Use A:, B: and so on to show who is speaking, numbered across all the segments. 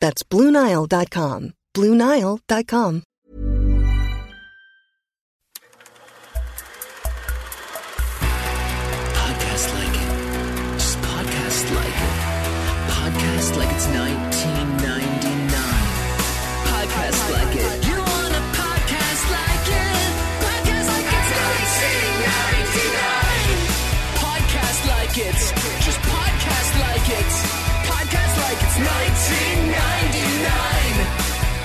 A: That's BlueNile.com. BlueNile.com.
B: Podcast like it. Just podcast like it. Podcast like it's 1999. Podcast like it. You want a podcast like it? Podcast like it's 1999. Podcast like it. Just podcast like it. Podcast like it's 1999.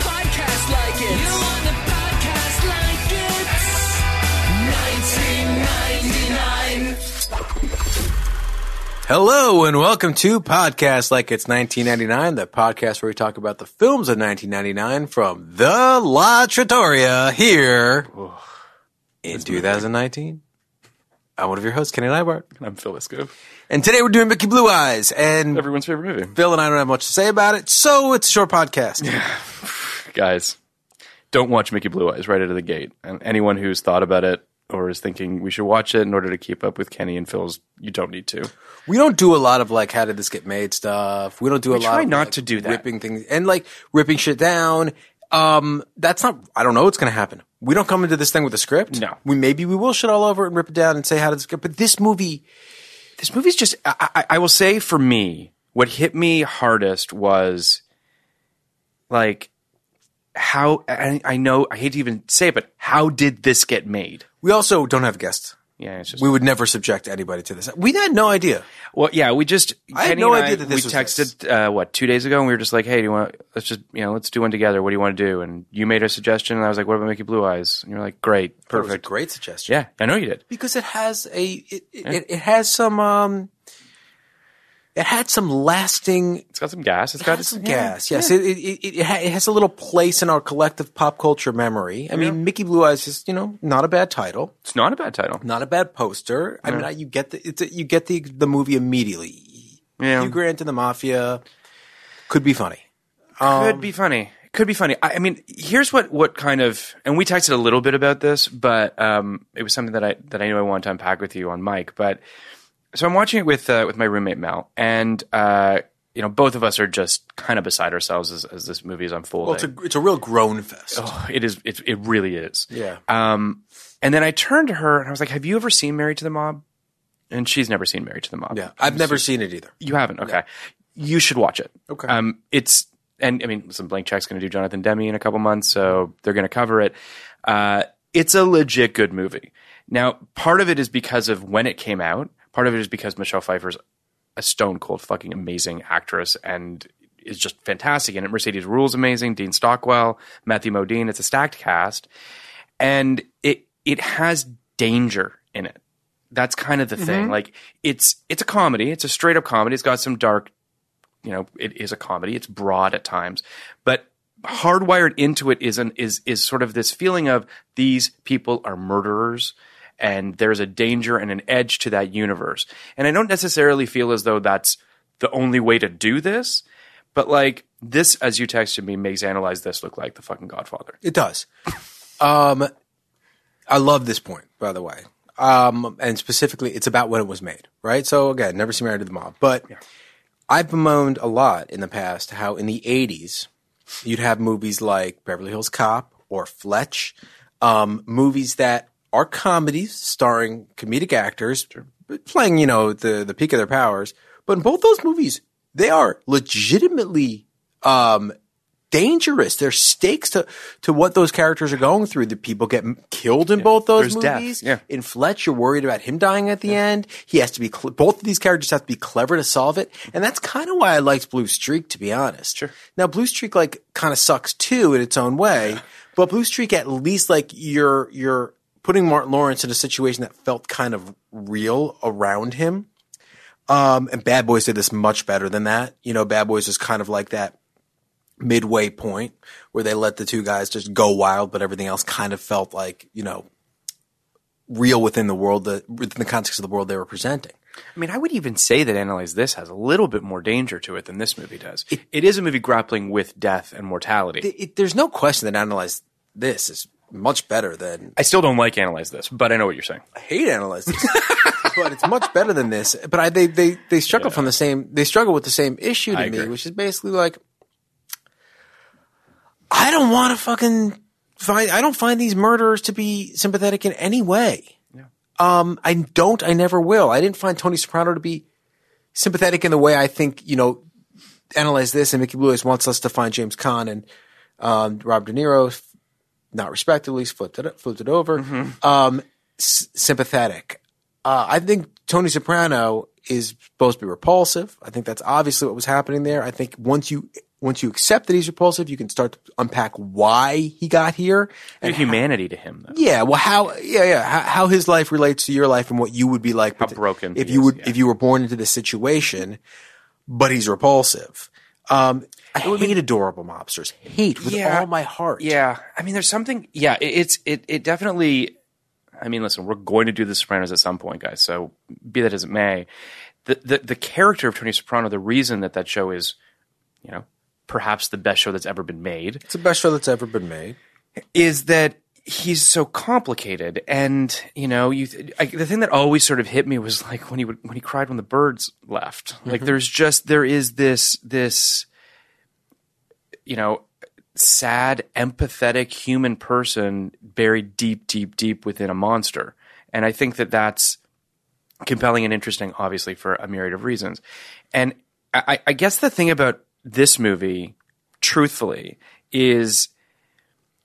B: Podcast like it. You want a podcast like it? 1999.
C: Hello and welcome to Podcast Like It's 1999, the podcast where we talk about the films of 1999 from the La Trattoria here in 2019. I'm one of your hosts, Kenny Leibart.
D: I'm Phil Esco.
C: And today we're doing Mickey Blue Eyes, and
D: Everyone's favorite movie.
C: Phil and I don't have much to say about it, so it's a short podcast.
D: Guys, don't watch Mickey Blue Eyes right out of the gate. And anyone who's thought about it or is thinking we should watch it in order to keep up with Kenny and Phil's, you don't need to.
C: We don't do a lot of like how did this get made stuff. We don't do a lot
D: try
C: of
D: not
C: like,
D: to do that.
C: ripping things and like ripping shit down. Um, that's not. I don't know what's gonna happen. We don't come into this thing with a script.
D: No.
C: we maybe we will shit all over it and rip it down and say how did this get. But this movie,
D: This movie's just, I, I, I will say for me, what hit me hardest was like how, I, I know, I hate to even say it, but how did this get made?
C: we also don't have guests.
D: Yeah, it's just
C: We would never subject anybody to this. We had no idea.
D: Well, yeah, we just.
C: I had
D: Kenny
C: no
D: and
C: idea that this
D: we
C: was
D: texted Uh, what two days ago, and we were just like, "Hey, do you want? Let's just you know, let's do one together. What do you want to do?" And you made a suggestion, and I was like, "What about Mickey Blue Eyes?" And you're like, "Great,
C: It was a
D: perfect,
C: great suggestion.
D: yeah, I know you did."
C: because it has a it, it, it, it has some um it had some lasting
D: It's got some gas. It's
C: It
D: got
C: has some
D: yeah.
C: gas. Yes, It, it, it, it, ha- it has a little place in our collective pop culture memory. I mean, Mickey Blue Eyes is you know not a bad title,
D: It's not a bad title.
C: not a bad poster. I mean, I, you get the it's a, you get the the movie immediately.
D: Yeah,
C: Hugh Grant and the mafia could be funny. Um,
D: could be funny. Could be funny. I, I mean, here's what what kind of and we texted a little bit about this, but um, it was something that I that I knew I wanted to unpack with you on mic. But so I'm watching it with uh, with my roommate Mel, and uh, you know, both of us are just kind of beside ourselves as, as this movie is unfolding.
C: Well, it's a it's a real groan fest.
D: it is. It, it really is.
C: oh, Yeah,
D: Um, and then I turned to her and I was like, "Have you ever seen Married to the Mob?" And she's never seen Married to the Mob.
C: yeah. I've never seen it either.
D: You haven't. Okay. You should watch it.
C: Okay.
D: Um, it's and I mean, some blank check's going to do Jonathan Demi in a couple months, so they're going to cover it. Uh, it's a legit good movie. Now, part of it is because of when it came out. Part of it is because Michelle Pfeiffer's a stone cold fucking amazing actress and is just fantastic in it. Mercedes Rule's amazing. Dean Stockwell, Matthew Modine. It's a stacked cast, and it it has danger in it. That's kind of the thing. Like it's it's a comedy. It's a straight up comedy. It's got some dark you know it is a comedy it's broad at times but hardwired into it is an is is sort of this feeling of these people are murderers and there's a danger and an edge to that universe and i don't necessarily feel as though that's the only way to do this but like this, as you texted me, makes analyze this look like the fucking Godfather.
C: It does. Um, I love this point, by the way. Um, and specifically, it's about when it was made, right? So again, never see Married to the Mob, but I've bemoaned a lot in the past how in the '80s you'd have movies like Beverly Hills Cop or Fletch, um, movies that are comedies starring comedic actors but playing, you know, the the peak of their powers. But in both those movies, they are legitimately um, dangerous. There's stakes to to what those characters are going through. The people get m- killed in both those
D: There's death.
C: movies.
D: Yeah.
C: In Fletch, you're worried about him dying at the end. He has to be cle both of these characters have to be clever to solve it, and that's kind of why I liked Blue Streak, to be honest. Sure. Now, Blue Streak like kind of sucks too in its own way, but Blue Streak at least like you're you're putting Martin Lawrence in a situation that felt kind of real around him. Um, and Bad Boys did this much better than that. You know, Bad Boys is kind of like that midway point where they let the two guys just go wild, but everything else kind of felt like, you know, real within the world, that, within the context of the world they were presenting.
D: I mean, I would even say that Analyze This has a little bit more danger to it than this movie does. it is a movie grappling with death and mortality.
C: It, it, there's no question that Analyze This is much better than,
D: I still don't like Analyze This, but I know what you're saying.
C: I hate Analyze This. But it's much better than this. But I, they they they struggle from the same. They struggle with the same issue to
D: I
C: me,
D: agree.
C: which is basically like, I don't want to fucking find. I don't find these murderers to be sympathetic in any way. Um, I don't. I never will. I didn't find Tony Soprano to be sympathetic in the way I think you know. Analyze this, and Mickey Blue Eyes wants us to find James Caan and um, Rob De Niro, not respectively, flipped it flipped it over.
D: Mm-hmm.
C: Um, s- sympathetic. Uh, I think Tony Soprano is supposed to be repulsive. I think that's obviously what was happening there. I think once you once you accept that he's repulsive, you can start to unpack why he got here.
D: Your humanity to him, though.
C: Yeah, well, how? Yeah, yeah. How, how his life relates to your life and what you would be like. How
D: broken
C: if
D: he
C: you
D: is,
C: would
D: yeah.
C: if you were born into this situation, but he's repulsive. Um, I hate adorable mobsters. Hate with
D: Yeah.
C: all my heart.
D: Yeah, I mean, there's something. Yeah, it, it's it it definitely. I mean, listen, we're going to do The Sopranos at some point, guys. So be that as it may, the the, the character of Tony Soprano, the reason that that show is, you know, perhaps the best show that's ever been made,
C: it's the best show that's ever been made.
D: is that he's so complicated and you know you I, the thing that always sort of hit me was like when he would when he cried when the birds left like there's just there is this this you know sad empathetic human person buried deep deep deep within a monster and i think that that's compelling and interesting obviously for a myriad of reasons and i, I- I guess the thing about this movie truthfully is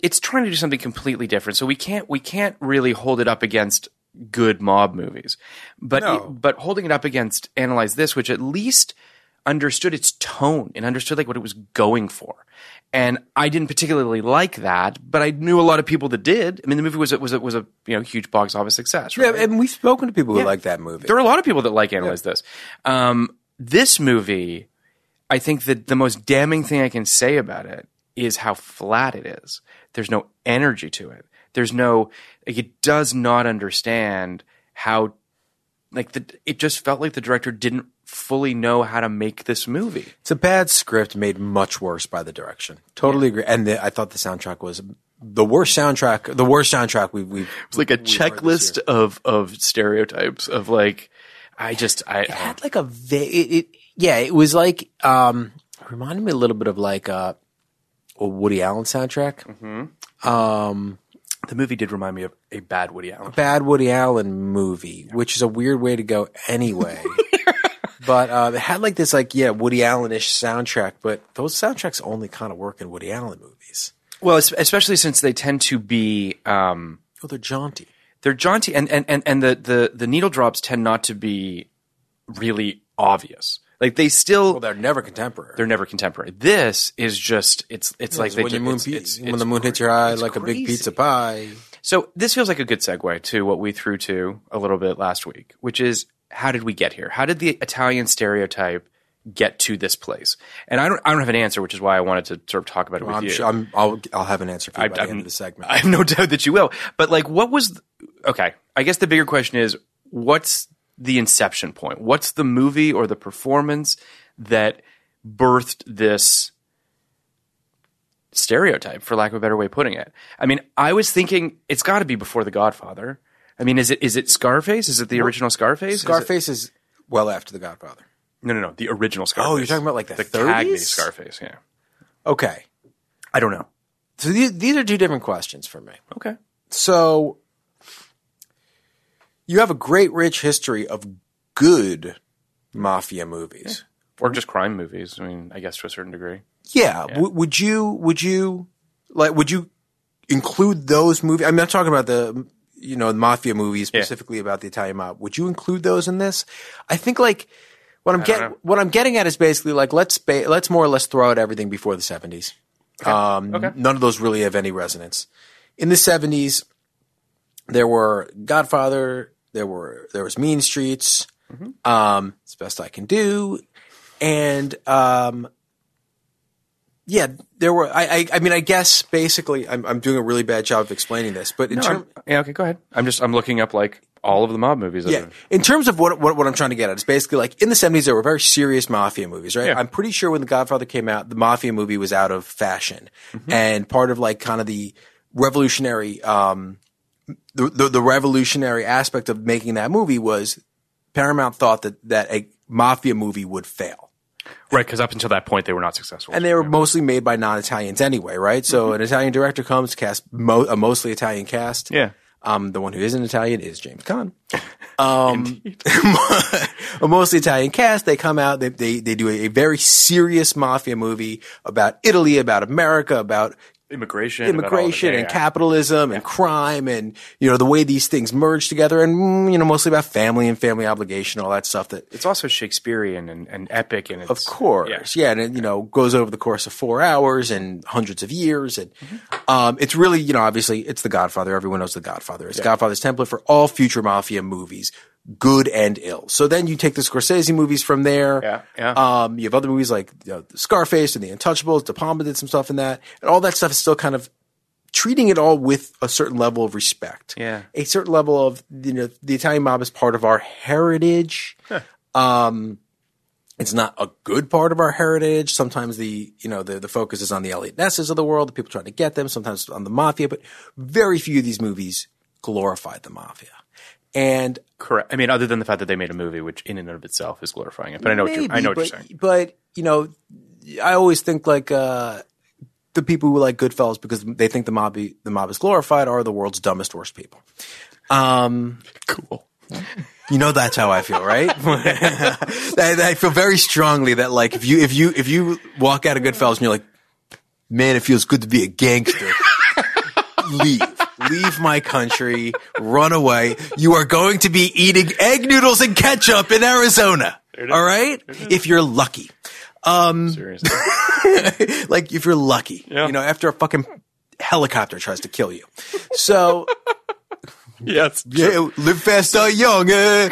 D: it's trying to do something completely different. So we can't we can't really hold it up against good mob movies, but e, but holding it up against analyze this, which at least understood its tone and understood like what it was going for. And I didn't particularly like that, but I knew a lot of people that did. I mean, the movie was a, was a, was a you know huge box office success. Right?
C: Yeah, and we've spoken to people who like that movie.
D: There are a lot of people that like analyze this. Um, this movie, I think that the most damning thing I can say about it is how flat it is. There's no energy to it. There's no. Like, it does not understand how. Like the, it just felt like the director didn't fully know how to make this movie.
C: It's a bad script made much worse by the direction. Totally agree. And the, I thought the soundtrack was the worst soundtrack. The worst soundtrack we've. we've
D: It's like a checklist of of stereotypes of like. I just I,
C: it had like a. va- It, it, yeah, it was like um, reminded me a little bit of like uh, a Woody Allen soundtrack.
D: the movie did remind me of a bad Woody Allen.
C: Bad Woody Allen movie, which is a weird way to go anyway. but uh, it had like this like yeah Woody Allen ish soundtrack, but those soundtracks only kind of work in Woody Allen movies.
D: Well, es- especially since they tend to be um,
C: Oh, they're jaunty.
D: they're jaunty, and and and, and the, the the needle drops tend not to be really obvious. Like they still
C: Well, they're never contemporary.
D: they're never contemporary. This is just it's it's like they
C: when,
D: ju-
C: the moon,
D: it's-
C: pe-
D: it's-
C: when
D: it's
C: the moon hits your eye like a big pizza pie.
D: So this feels like a good segue to what we threw to a little bit last week, which is how did we get here? How did the Italian stereotype get to this place? And I don't I don't have an answer, which is why I wanted to sort of talk about it with
C: I'm
D: you.
C: sure, I'm, I'll, I'll have an answer for you by the
D: I'm-
C: end of the segment.
D: I have no doubt that you will. But like, what was? th- okay, I guess the bigger question is, what's the inception point? What's the movie or the performance that birthed this stereotype, for lack of a better way of putting it. I mean, I was thinking it's got to be before The Godfather. I mean, is it is it Scarface? Is it the original Scarface? Is it-
C: Scarface is well after The Godfather.
D: no, no, no. The original Scarface.
C: Oh, you're talking about, like, the
D: Cagney
C: 30s?
D: Scarface. Yeah.
C: Okay.
D: I don't know.
C: So these, these are two different questions for me.
D: Okay.
C: So you have a great rich history of good mafia movies.
D: Or just crime movies. I mean, I guess to a certain degree.
C: Yeah. W- would you would you like would you include those movies? I'm not talking about the you know the mafia movies
D: Yeah.
C: specifically about the Italian mob. Would you include those in this? I think like what I'm getting what I'm getting at is basically like let's ba- let's more or less throw out everything before the 70s. Um, None of those really have any resonance. In the 70s, there were Godfather, there were there was Mean Streets.
D: Mm-hmm.
C: Um, it's the best I can do, and um, yeah, there were. I, I, I mean, I guess basically, I'm, I'm doing a really bad job of explaining this, but in
D: No,
C: terms,
D: I'm- yeah. Okay. Go ahead. I'm just I'm looking up like all of the mob movies. that
C: yeah,
D: have-
C: in terms of what, what what I'm trying to get at, it's basically like in the 70s there were very serious mafia movies, right?
D: Yeah.
C: I'm pretty sure when The Godfather came out, the mafia movie was out of fashion, and part of like kind of the revolutionary, um, the, the the revolutionary aspect of making that movie was Paramount thought that that a mafia movie would fail.
D: Right. Because up until that point, they were not successful.
C: And they were mostly made by non-Italians anyway, right?
D: Mm-hmm.
C: So an Italian director comes, cast mo- a mostly Italian cast.
D: yeah.
C: Um, the one who isn't Italian is James Caan. Um, a mostly Italian cast. They come out. They they, they do a, a very serious mafia movie about Italy, about America, about
D: Immigration. about all of it.
C: immigration
D: Yeah,
C: and
D: yeah.
C: capitalism and crime and you know the way these things merge together and mm, you know mostly about family and family obligation, all that stuff that
D: It's also Shakespearean and, and epic and it's,
C: Of course, yeah, and it, you know goes over the course of four hours and hundreds of years, and um, it's really you know obviously it's The Godfather. Everyone knows The Godfather. It's Godfather's template for all future mafia movies, good and ill. So then you take the Scorsese movies from there.
D: Yeah, yeah.
C: Um, you have other movies like you know, Scarface and The Untouchables. De Palma did some stuff in that, and all that stuff is still kind of treating it all with a certain level of respect.
D: Yeah.
C: A certain level of you know the Italian mob is part of our heritage. Um it's not a good part of our heritage. Sometimes the you know the, the focus is on the Elliot Nesses of the world, the people trying to get them. Sometimes on the mafia, but very few of these movies glorified the mafia. And
D: Correct. I mean, other than the fact that they made a movie, which in and of itself is glorifying it. But I know what you're, I know what
C: but,
D: you're saying.
C: But you know, I always think like uh, the people who like Goodfellas because they think the mob the mob is glorified are the world's dumbest worst people. Um,
D: Cool.
C: You know that's how I feel, right? I, I feel very strongly that like if you if you if you walk out of Goodfellas and you're like, man, it feels good to be a gangster. leave, leave my country, run away. You are going to be eating egg noodles and ketchup in Arizona. All right, if you're lucky,
D: Seriously.
C: like if you're lucky, you know, after a fucking helicopter tries to kill you. So
D: yes.
C: yeah, live fast, die young. eh.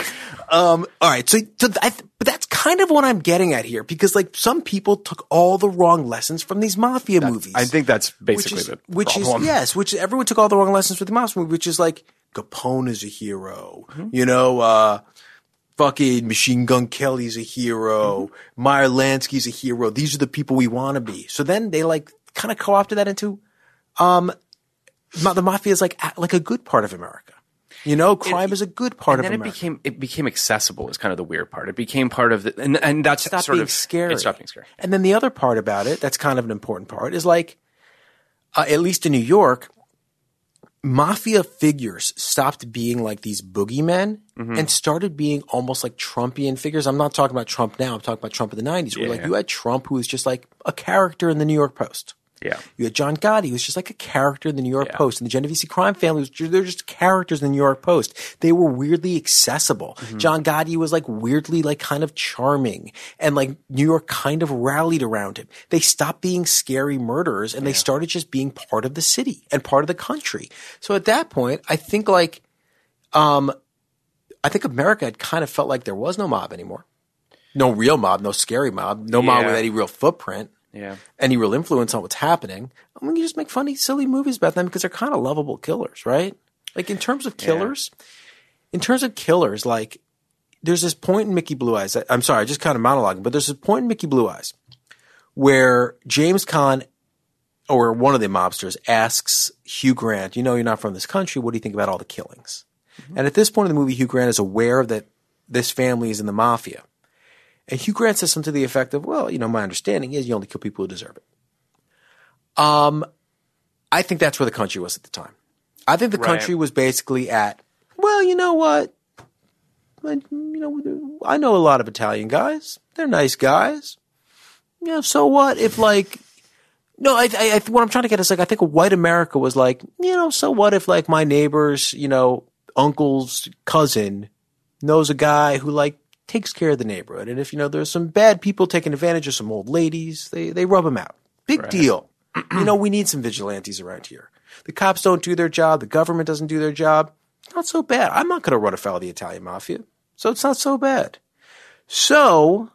C: Um, all right, so, so I th- but that's kind of what I'm getting at here because like some people took all the wrong lessons from these mafia movies.
D: I think that's
C: which
D: basically
C: is
D: the
C: which
D: problem.
C: is yes, which everyone took all the wrong lessons from the mafia movie, which is like Capone is a hero, you know. uh Fucking Machine Gun Kelly's a hero.
D: Mm-hmm.
C: Meyer Lansky's a hero. These are the people we want to be. So then they like kind of co-opted that into, um, ma- the mafia is like a- like a good part of America. You know, crime is a good part
D: and
C: of
D: then
C: America.
D: it became it became accessible is kind of the weird part. It became part of the and and that's
C: stop
D: sort
C: being
D: of
C: scary.
D: It stopped being scary.
C: And then the other part about it, that's kind of an important part, is like, uh, at least in New York, mafia figures stopped being like these boogeymen and started being almost like Trumpian figures. I'm not talking about Trump now. I'm talking about Trump in the 90s. Where like you had Trump who was just like a character in the New York Post.
D: Yeah.
C: You had John Gotti, who was just like a character in the New York Post, and the Genovese crime family was they're just characters in the New York Post. They were weirdly accessible. John Gotti was like weirdly like kind of charming, and like New York kind of rallied around him. They stopped being scary murderers, and they started just being part of the city and part of the country. So at that point, I think like, um, I think America had kind of felt like there was no mob anymore, no real mob, no scary mob, no mob
D: Yeah.
C: with any real footprint
D: Yeah.
C: any real influence on what's happening. I mean, you just make funny, silly movies about them because they're kind of lovable killers, right? Like in terms of killers, in terms of killers, like there's this point in Mickey Blue Eyes. I, am sorry, I just kind of monologuing, but there's this point in Mickey Blue Eyes where James Caan or one of the mobsters asks Hugh Grant, you know, you're not from this country. What do you think about all the killings? And at this point in the movie, Hugh Grant is aware that this family is in the mafia. And Hugh Grant says something to the effect of, well, you know, my understanding is you only kill people who deserve it. Um, I think that's where the country was at the time. I think the
D: Right.
C: country was basically at, well, you know what? Like, You know, I know a lot of Italian guys. They're nice guys. You know, so what if like no, I, I, I, what I'm trying to get is like, I think white America was like, you know, so what if like my neighbor's, you know, uncle's cousin knows a guy who like takes care of the neighborhood. And if, you know, there's some bad people taking advantage of some old ladies, they, they rub them out. Big deal. you know, we need some vigilantes around here. The cops don't do their job. The government doesn't do their job. Not so bad. I'm not going to run afoul of the Italian mafia. So it's not so bad. So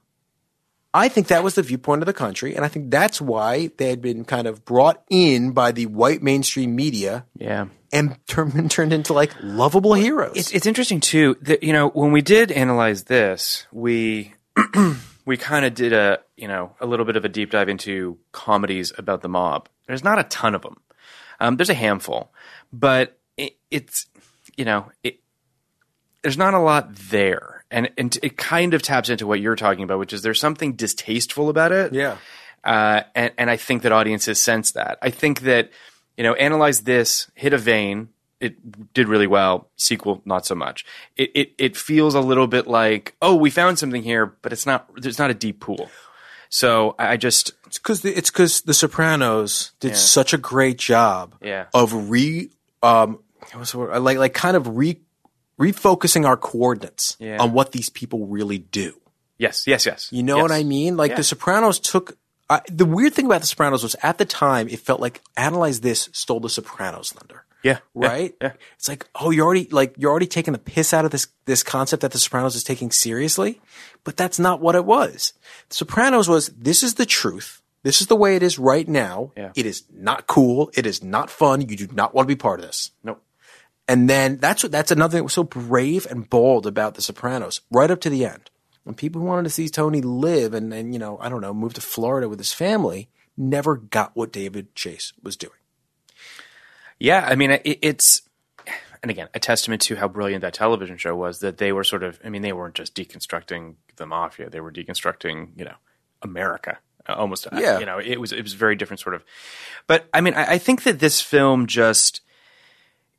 C: I think that was the viewpoint of the country, and I think that's why they had been kind of brought in by the white mainstream media
D: Yeah.
C: and turned turned into like lovable heroes.
D: It's, it's interesting too that you know when we did analyze this, we we kind of did a you know a little bit of a deep dive into comedies about the mob. There's not a ton of them. Um, there's a handful, but it, it's you know it, there's not a lot there, and and it kind of taps into what you're talking about, which is there's something distasteful about it.
C: yeah,
D: Uh, and, and I think that audiences sense that. I think that, you know, analyze this, hit a vein. It did really well. Sequel, not so much. It, it it feels a little bit like, oh, we found something here, but it's not. There's not a deep pool. So I I just,
C: it's because the, it's 'cause the Sopranos did such a great job
D: Yeah.
C: of re um what's the word? like like kind of re refocusing our coordinates
D: Yeah.
C: on what these people really do.
D: yes, yes, yes.
C: You know what I mean? Like The Sopranos took. I, the weird thing about The Sopranos was at the time it felt like Analyze This stole The Sopranos thunder.
D: Yeah.
C: right?
D: Yeah.
C: It's like, oh, you're already like you're already taking the piss out of this this concept that The Sopranos is taking seriously, but that's not what it was. The Sopranos was this is the truth. This is the way it is right now.
D: Yeah.
C: It is not cool. It is not fun. You do not want to be part of this.
D: No.
C: And then that's what that's another thing that was so brave and bold about The Sopranos, right up to the end. When people who wanted to see Tony live and, and you know, I don't know, move to Florida with his family, never got what David Chase was doing.
D: Yeah, I mean, it, it's and again a testament to how brilliant that television show was that they were sort of. I mean, they weren't just deconstructing the mafia; they were deconstructing, you know, America uh, almost. uh,
C: Yeah.
D: you know, it was it was very different sort of. But I mean, I, I think that this film just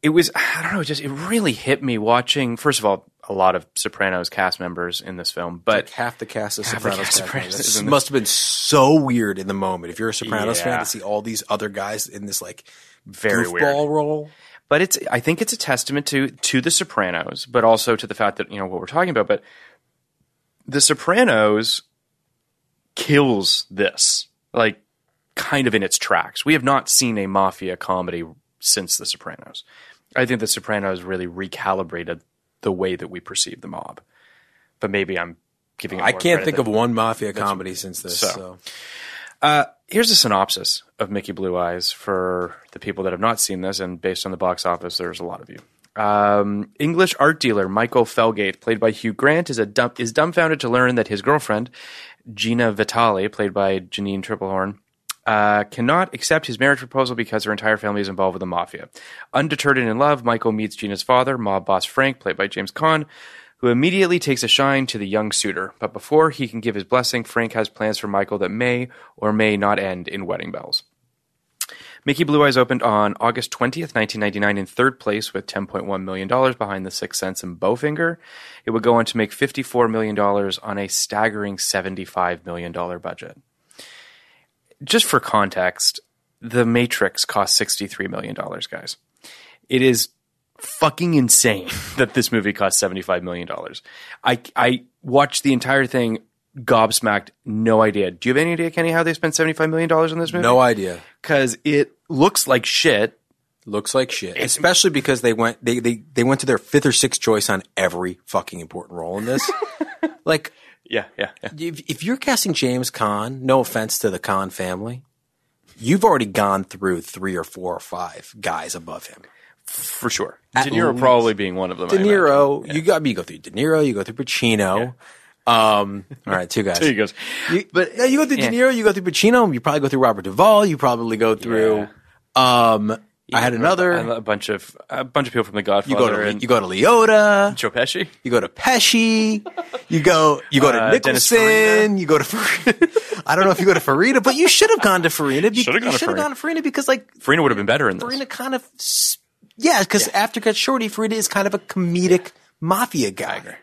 D: it was I don't know, it just it really hit me watching. First of all, a lot of Sopranos cast members in this film, but
C: half the cast of
D: Half the
C: Sopranos.
D: cast of
C: back
D: Sopranos
C: then.
D: is
C: It
D: in
C: must have been so weird in the moment if you're a Sopranos fan
D: Yeah.
C: to see all these other guys in this like
D: very
C: goofball
D: weird.
C: role.
D: but it's I think it's a testament to to the Sopranos, but also to the fact that you know what we're talking about. But the Sopranos kills this like kind of in its tracks. We have not seen a mafia comedy since the Sopranos. I think the Sopranos really recalibrated the way that we perceive the mob. But maybe I'm giving. It
C: I
D: more
C: can't
D: credit
C: think
D: than-
C: of one mafia comedy since this.
D: so.
C: So.
D: uh, here's a synopsis of Mickey Blue Eyes for the people that have not seen this, and based on the box office, there's a lot of you. Um, English art dealer Michael Felgate, played by Hugh Grant, is a dumb, is dumbfounded to learn that his girlfriend Gina Vitale, played by Janine Triplehorn, uh, cannot accept his marriage proposal because her entire family is involved with the mafia. Undeterred and in love, Michael meets Gina's father, mob boss Frank, played by James Caan, who immediately takes a shine to the young suitor. But before he can give his blessing, Frank has plans for Michael that may or may not end in wedding bells. Mickey Blue Eyes opened on August 20th, 1999, in third place with $10.1 million behind The Sixth Sense and Bowfinger. It would go on to make $54 million on a staggering $75 million budget. Just for context, The Matrix cost $63 million, guys. It is fucking insane that this movie cost $75 million. I, I watched the entire thing gobsmacked, no idea. Do you have any idea, Kenny, how they spent $75 million on this movie?
C: No idea.
D: because it looks like shit.
C: Looks like shit. Especially because they went they, they they went to their fifth or sixth choice on every fucking important role in this. like
D: Yeah, yeah, yeah.
C: if, if you're casting James Caan, no offense to the Caan family, you've already gone through three or four or five guys above him.
D: for sure.
C: At
D: De Niro
C: least.
D: probably being one of them.
C: De
D: I imagine.
C: Niro, you got I mean, you go through De Niro, you go through Pacino. Um, all right, two guys.
D: There he goes.
C: You, but you go through De Niro, you go through Pacino, you probably go through Robert Duvall, you probably go through. Um, I had another.
D: And a bunch of a bunch of people from The Godfather.
C: you go to
D: and
C: you go to Leota.
D: Joe Pesci.
C: You go to Pesci. You go you go to
D: Uh, Dennis
C: Nicholson. You go to Farina. I don't know if you go to Farina, but you should have gone to Farina. Be-
D: Should've
C: you
D: gone to
C: should have
D: Farina.
C: gone to Farina because like
D: Farina would have been better in this.
C: Farina kind of s- yeah, because after Cut Shorty, Farina is kind of a comedic mafia guy.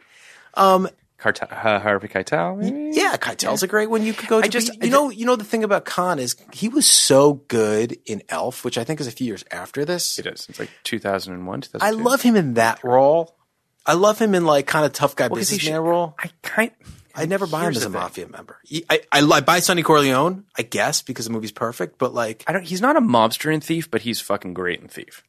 D: Carta- uh, Harvey Keitel. Maybe?
C: Yeah, Keitel's a great one. You could go. To,
D: I just-
C: but you know, you know the thing about Khan is he was so good in Elf, which I think is a few years after this.
D: It is. It's like 2001, 2002.
C: I love him in that role. I love him in like kind of tough guy
D: 'cause he
C: businessman
D: should-
C: role.
D: I kind.
C: I never buy him
D: here's
C: as a
D: the thing.
C: mafia member. He- I, I, li- I buy Sonny Corleone, I guess, because the movie's perfect, but like,
D: I don't. He's not a mobster in Thief, but he's fucking great in Thief.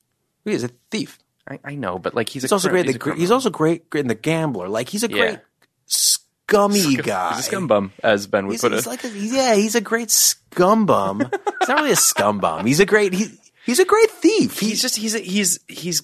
C: he is a thief.
D: I, I know, but like he's,
C: He's
D: a
C: also
D: crim-
C: great. He's, the,
D: a criminal.
C: he's also great in The Gambler. Like, he's a
D: Yeah.
C: great scummy guy.
D: He's a scumbum, as Ben would
C: He's,
D: put
C: he's
D: it.
C: like, a, he's- yeah, he's a great scumbum. he's not really a scumbum. He's a great, he, he's a great thief.
D: he's just he's a, he's he's.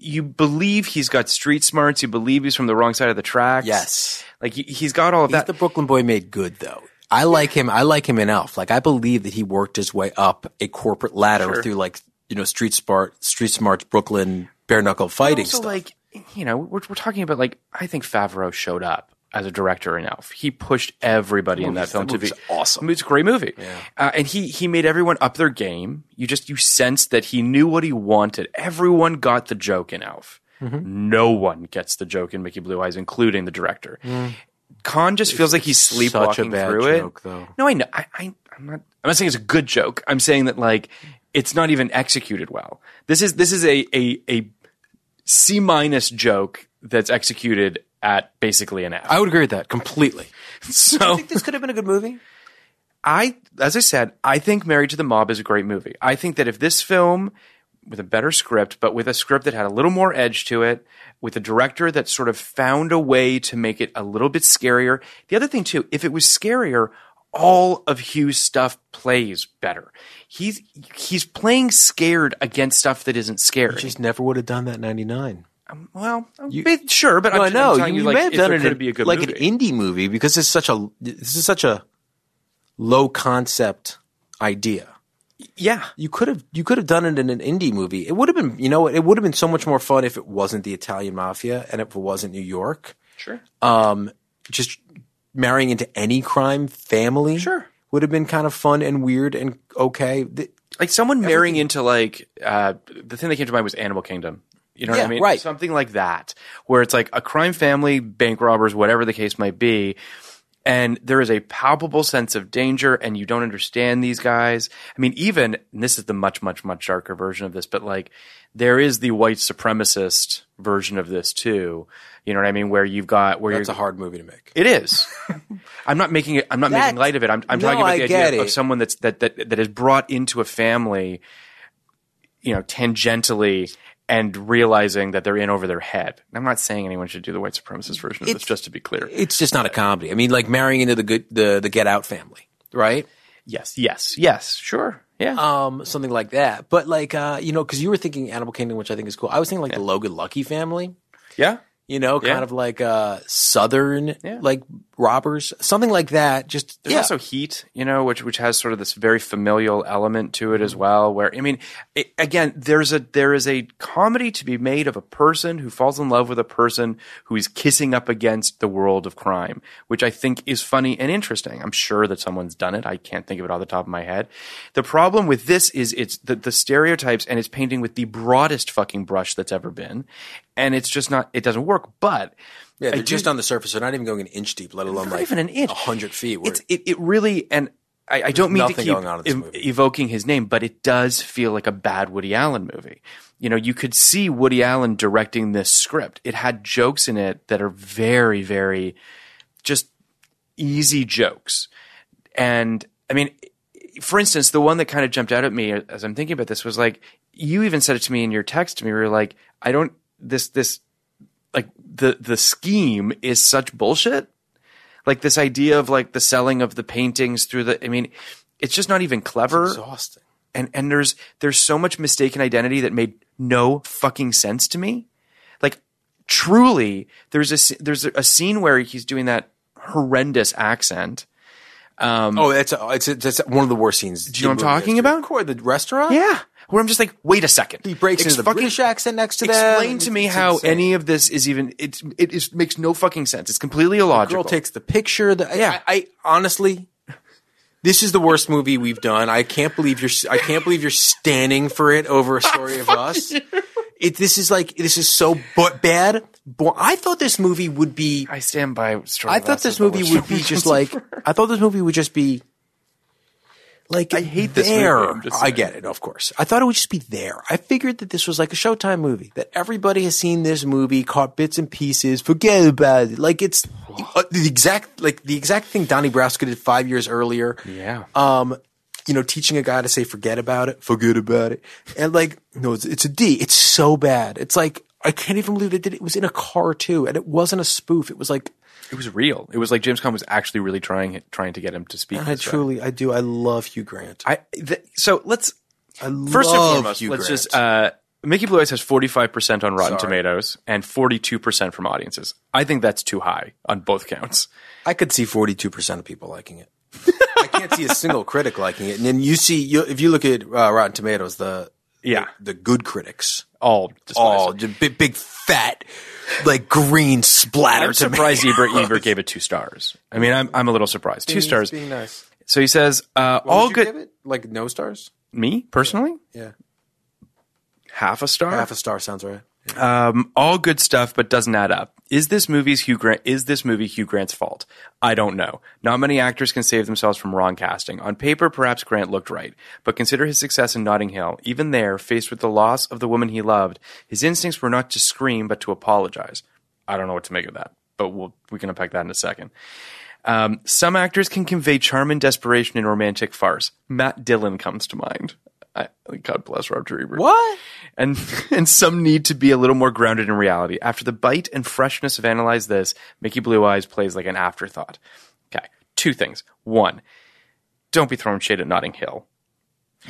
D: You believe he's got street smarts. You believe he's from the wrong side of the tracks.
C: yes.
D: like he, he's got all of
C: He's
D: that.
C: the Brooklyn boy made good though. I like him. I like him in Elf. Like I believe that he worked his way up a corporate ladder through like you know street smart, street smart Brooklyn bare knuckle fighting
D: also
C: stuff.
D: like you know we're, we're talking about like i think favreau showed up as a director in elf he pushed everybody in that film to be awesome it's a great movie uh, and he he made everyone up their game you just you sensed that he knew what he wanted everyone got the joke in elf
C: Mm-hmm.
D: no one gets the joke in mickey blue eyes including the director Khan just feels like he's sleepwalking
C: such a bad
D: through it.
C: joke, though.
D: No, I know. I, I, I'm not. I'm not saying it's a good joke. I'm saying that like it's not even executed well. This is this is a a, a C minus joke that's executed at basically an F.
C: I would agree with that completely.
D: so
C: this could have been a good movie.
D: I, as I said, I think Married to the Mob is a great movie. I think that if this film with a better script, but with a script that had a little more edge to it, with a director that sort of found a way to make it a little bit scarier. The other thing too, if it was scarier, all of Hugh's stuff plays better. He's he's playing scared against stuff that isn't scary.
C: Just never would have done that. Ninety nine.
D: well, ba- sure, but
C: No, I
D: I'm, I'm
C: know
D: telling
C: you,
D: you,
C: you
D: like,
C: may have
D: if
C: done
D: there
C: it
D: could
C: in,
D: be a good
C: like
D: movie.
C: an indie movie because it's such a this is such a low concept idea.
D: yeah.
C: you could have you could have done it in an indie movie. It would have been you know what, it would have been so much more fun if it wasn't the Italian mafia and if it wasn't New York.
D: Sure.
C: Um, just marrying into any crime family
D: Sure.
C: would have been kind of fun and weird and okay. Th-
D: like someone marrying into like uh, the thing that came to mind was Animal Kingdom. You know what
C: Yeah,
D: I mean?
C: right.
D: Something like that, where it's like a crime family, bank robbers, whatever the case might be, and there is a palpable sense of danger, and you don't understand these guys. I mean, even and this is the much, much, much darker version of this, but like there is the white supremacist version of this too. You know what I mean? Where you've got where
C: That's
D: you're
C: a hard movie to make.
D: it is. I'm not making it. I'm not
C: That-
D: making light of it. I'm, I'm
C: No,
D: talking about
C: I
D: the
C: get
D: idea of-
C: it.
D: of someone that's that that that is brought into a family, you know, tangentially, and realizing that they're in over their head. I'm not saying anyone should do the white supremacist version of
C: It's-
D: this, just to be clear.
C: It's just not a comedy. I mean, like marrying into the good the the Get Out family, right?
D: Yes, yes, yes. Sure. Yeah.
C: Um, something like that. But like uh, you know, because you were thinking Animal Kingdom, which I think is cool. I was thinking like the Logan Lucky family.
D: yeah.
C: you know, kind
D: Yeah.
C: of like uh southern
D: Yeah.
C: like robbers, something like that. Just
D: There's
C: yeah.
D: also Heat, you know, which which has sort of this very familial element to it as well. Where I mean, it, again, there's a there is a comedy to be made of a person who falls in love with a person who is kissing up against the world of crime, which I think is funny and interesting. I'm sure that someone's done it. I can't think of it off the top of my head. The problem with this is it's the, the stereotypes and it's painting with the broadest fucking brush that's ever been, and it's just not. It doesn't work. But
C: yeah, they're
D: I do-
C: just on the surface. They're not even going an inch deep, let alone
D: not
C: like
D: even an inch.
C: a hundred feet. Where
D: It's it, it really and I, I don't mean to
C: nothing
D: keep
C: going on in this
D: ev-
C: movie.
D: evoking his name, but it does feel like a bad Woody Allen movie. You know, you could see Woody Allen directing this script. It had jokes in it that are very, very just easy jokes. And I mean, for instance, the one that kind of jumped out at me as I'm thinking about this was like you even said it to me in your text to me. You were like, I don't this this like the the scheme is such bullshit. Like this idea of like the selling of the paintings through the I mean, it's just not even clever.
C: exhausting.
D: and and there's there's so much mistaken identity that made no fucking sense to me. Like truly, there's a s- there's a scene where he's doing that horrendous accent.
C: oh, it's, it's it's it's one of the worst scenes. Do
D: Um, you know what I'm talking about?
C: The restaurant.
D: Yeah. Where I'm just like, wait a second.
C: he breaks
D: Ex-
C: into the
D: fucking-
C: British accent next to them.
D: Explain to me
C: It's
D: how
C: insane.
D: any of this is even it, it is makes no fucking sense. It's completely illogical.
C: girl takes the picture. The, yeah, I, I honestly, this is the worst movie we've done. I can't believe you're. I can't believe you're standing for it over a story of us. It, this is like this is so but bad. Bo- I thought this movie would be.
D: I stand by. Strong
C: I thought
D: Glasses,
C: this
D: the
C: movie
D: worst
C: would be
D: film
C: just
D: I've
C: like.
D: ever-
C: I thought this movie would just be. Like I hate
D: this movie,
C: there.
D: I'm just
C: I
D: saying.
C: get it, of course. I thought it would just be there. I figured that this was like a Showtime movie that everybody has seen this movie, caught bits and pieces, forget about it. Like it's uh, the exact like the exact thing Donnie Brasco did five years earlier.
D: Yeah.
C: Um, you know, teaching a guy to say forget about it, forget about it, and like no, it's, it's a D. It's so bad. It's like I can't even believe they did it. It was in a car too, and it wasn't a spoof. It was like
D: it was real. It was like James Caan was actually really trying trying to get him to speak.
C: I
D: this way.
C: truly, I do. I love Hugh Grant.
D: I th- so let's
C: I
D: first
C: love
D: and foremost
C: Hugh
D: let's
C: Grant.
D: just uh, Mickey Blue Eyes has forty five percent on Rotten
C: Sorry.
D: Tomatoes and forty two percent from audiences. I think that's too high on both counts.
C: I could see 42% of people liking it. I can't see a single critic liking it. And then you see, you, if you look at uh, Rotten Tomatoes, the
D: Yeah.
C: the, the good critics,
D: All despise
C: all
D: it.
C: just big, big fat, like green splatter
D: I'm
C: to
D: surprised Ebert, Ebert gave it two stars. I mean, I'm, I'm a little surprised. Two stars.
C: nice.
D: So he says, uh, all good.
C: Like no stars?
D: Me personally,
C: Yeah.
D: half a star.
C: Half a star sounds right.
D: um, all good stuff, but doesn't add up. Is this movie's Hugh Grant? Is this movie Hugh Grant's fault? I don't know. Not many actors can save themselves from wrong casting. On paper, perhaps Grant looked right, but consider his success in Notting Hill. Even there, faced with the loss of the woman he loved, his instincts were not to scream but to apologize. I don't know what to make of that, but we'll, we can unpack that in a second. Um, some actors can convey charm and desperation in romantic farce. Matt Dillon comes to mind. I, God bless Roger Ebert
C: What?
D: and and some need to be a little more grounded in reality. After the bite and freshness of Analyze This, Mickey Blue Eyes plays like an afterthought. Okay, two things. One, don't be throwing shade at Notting Hill.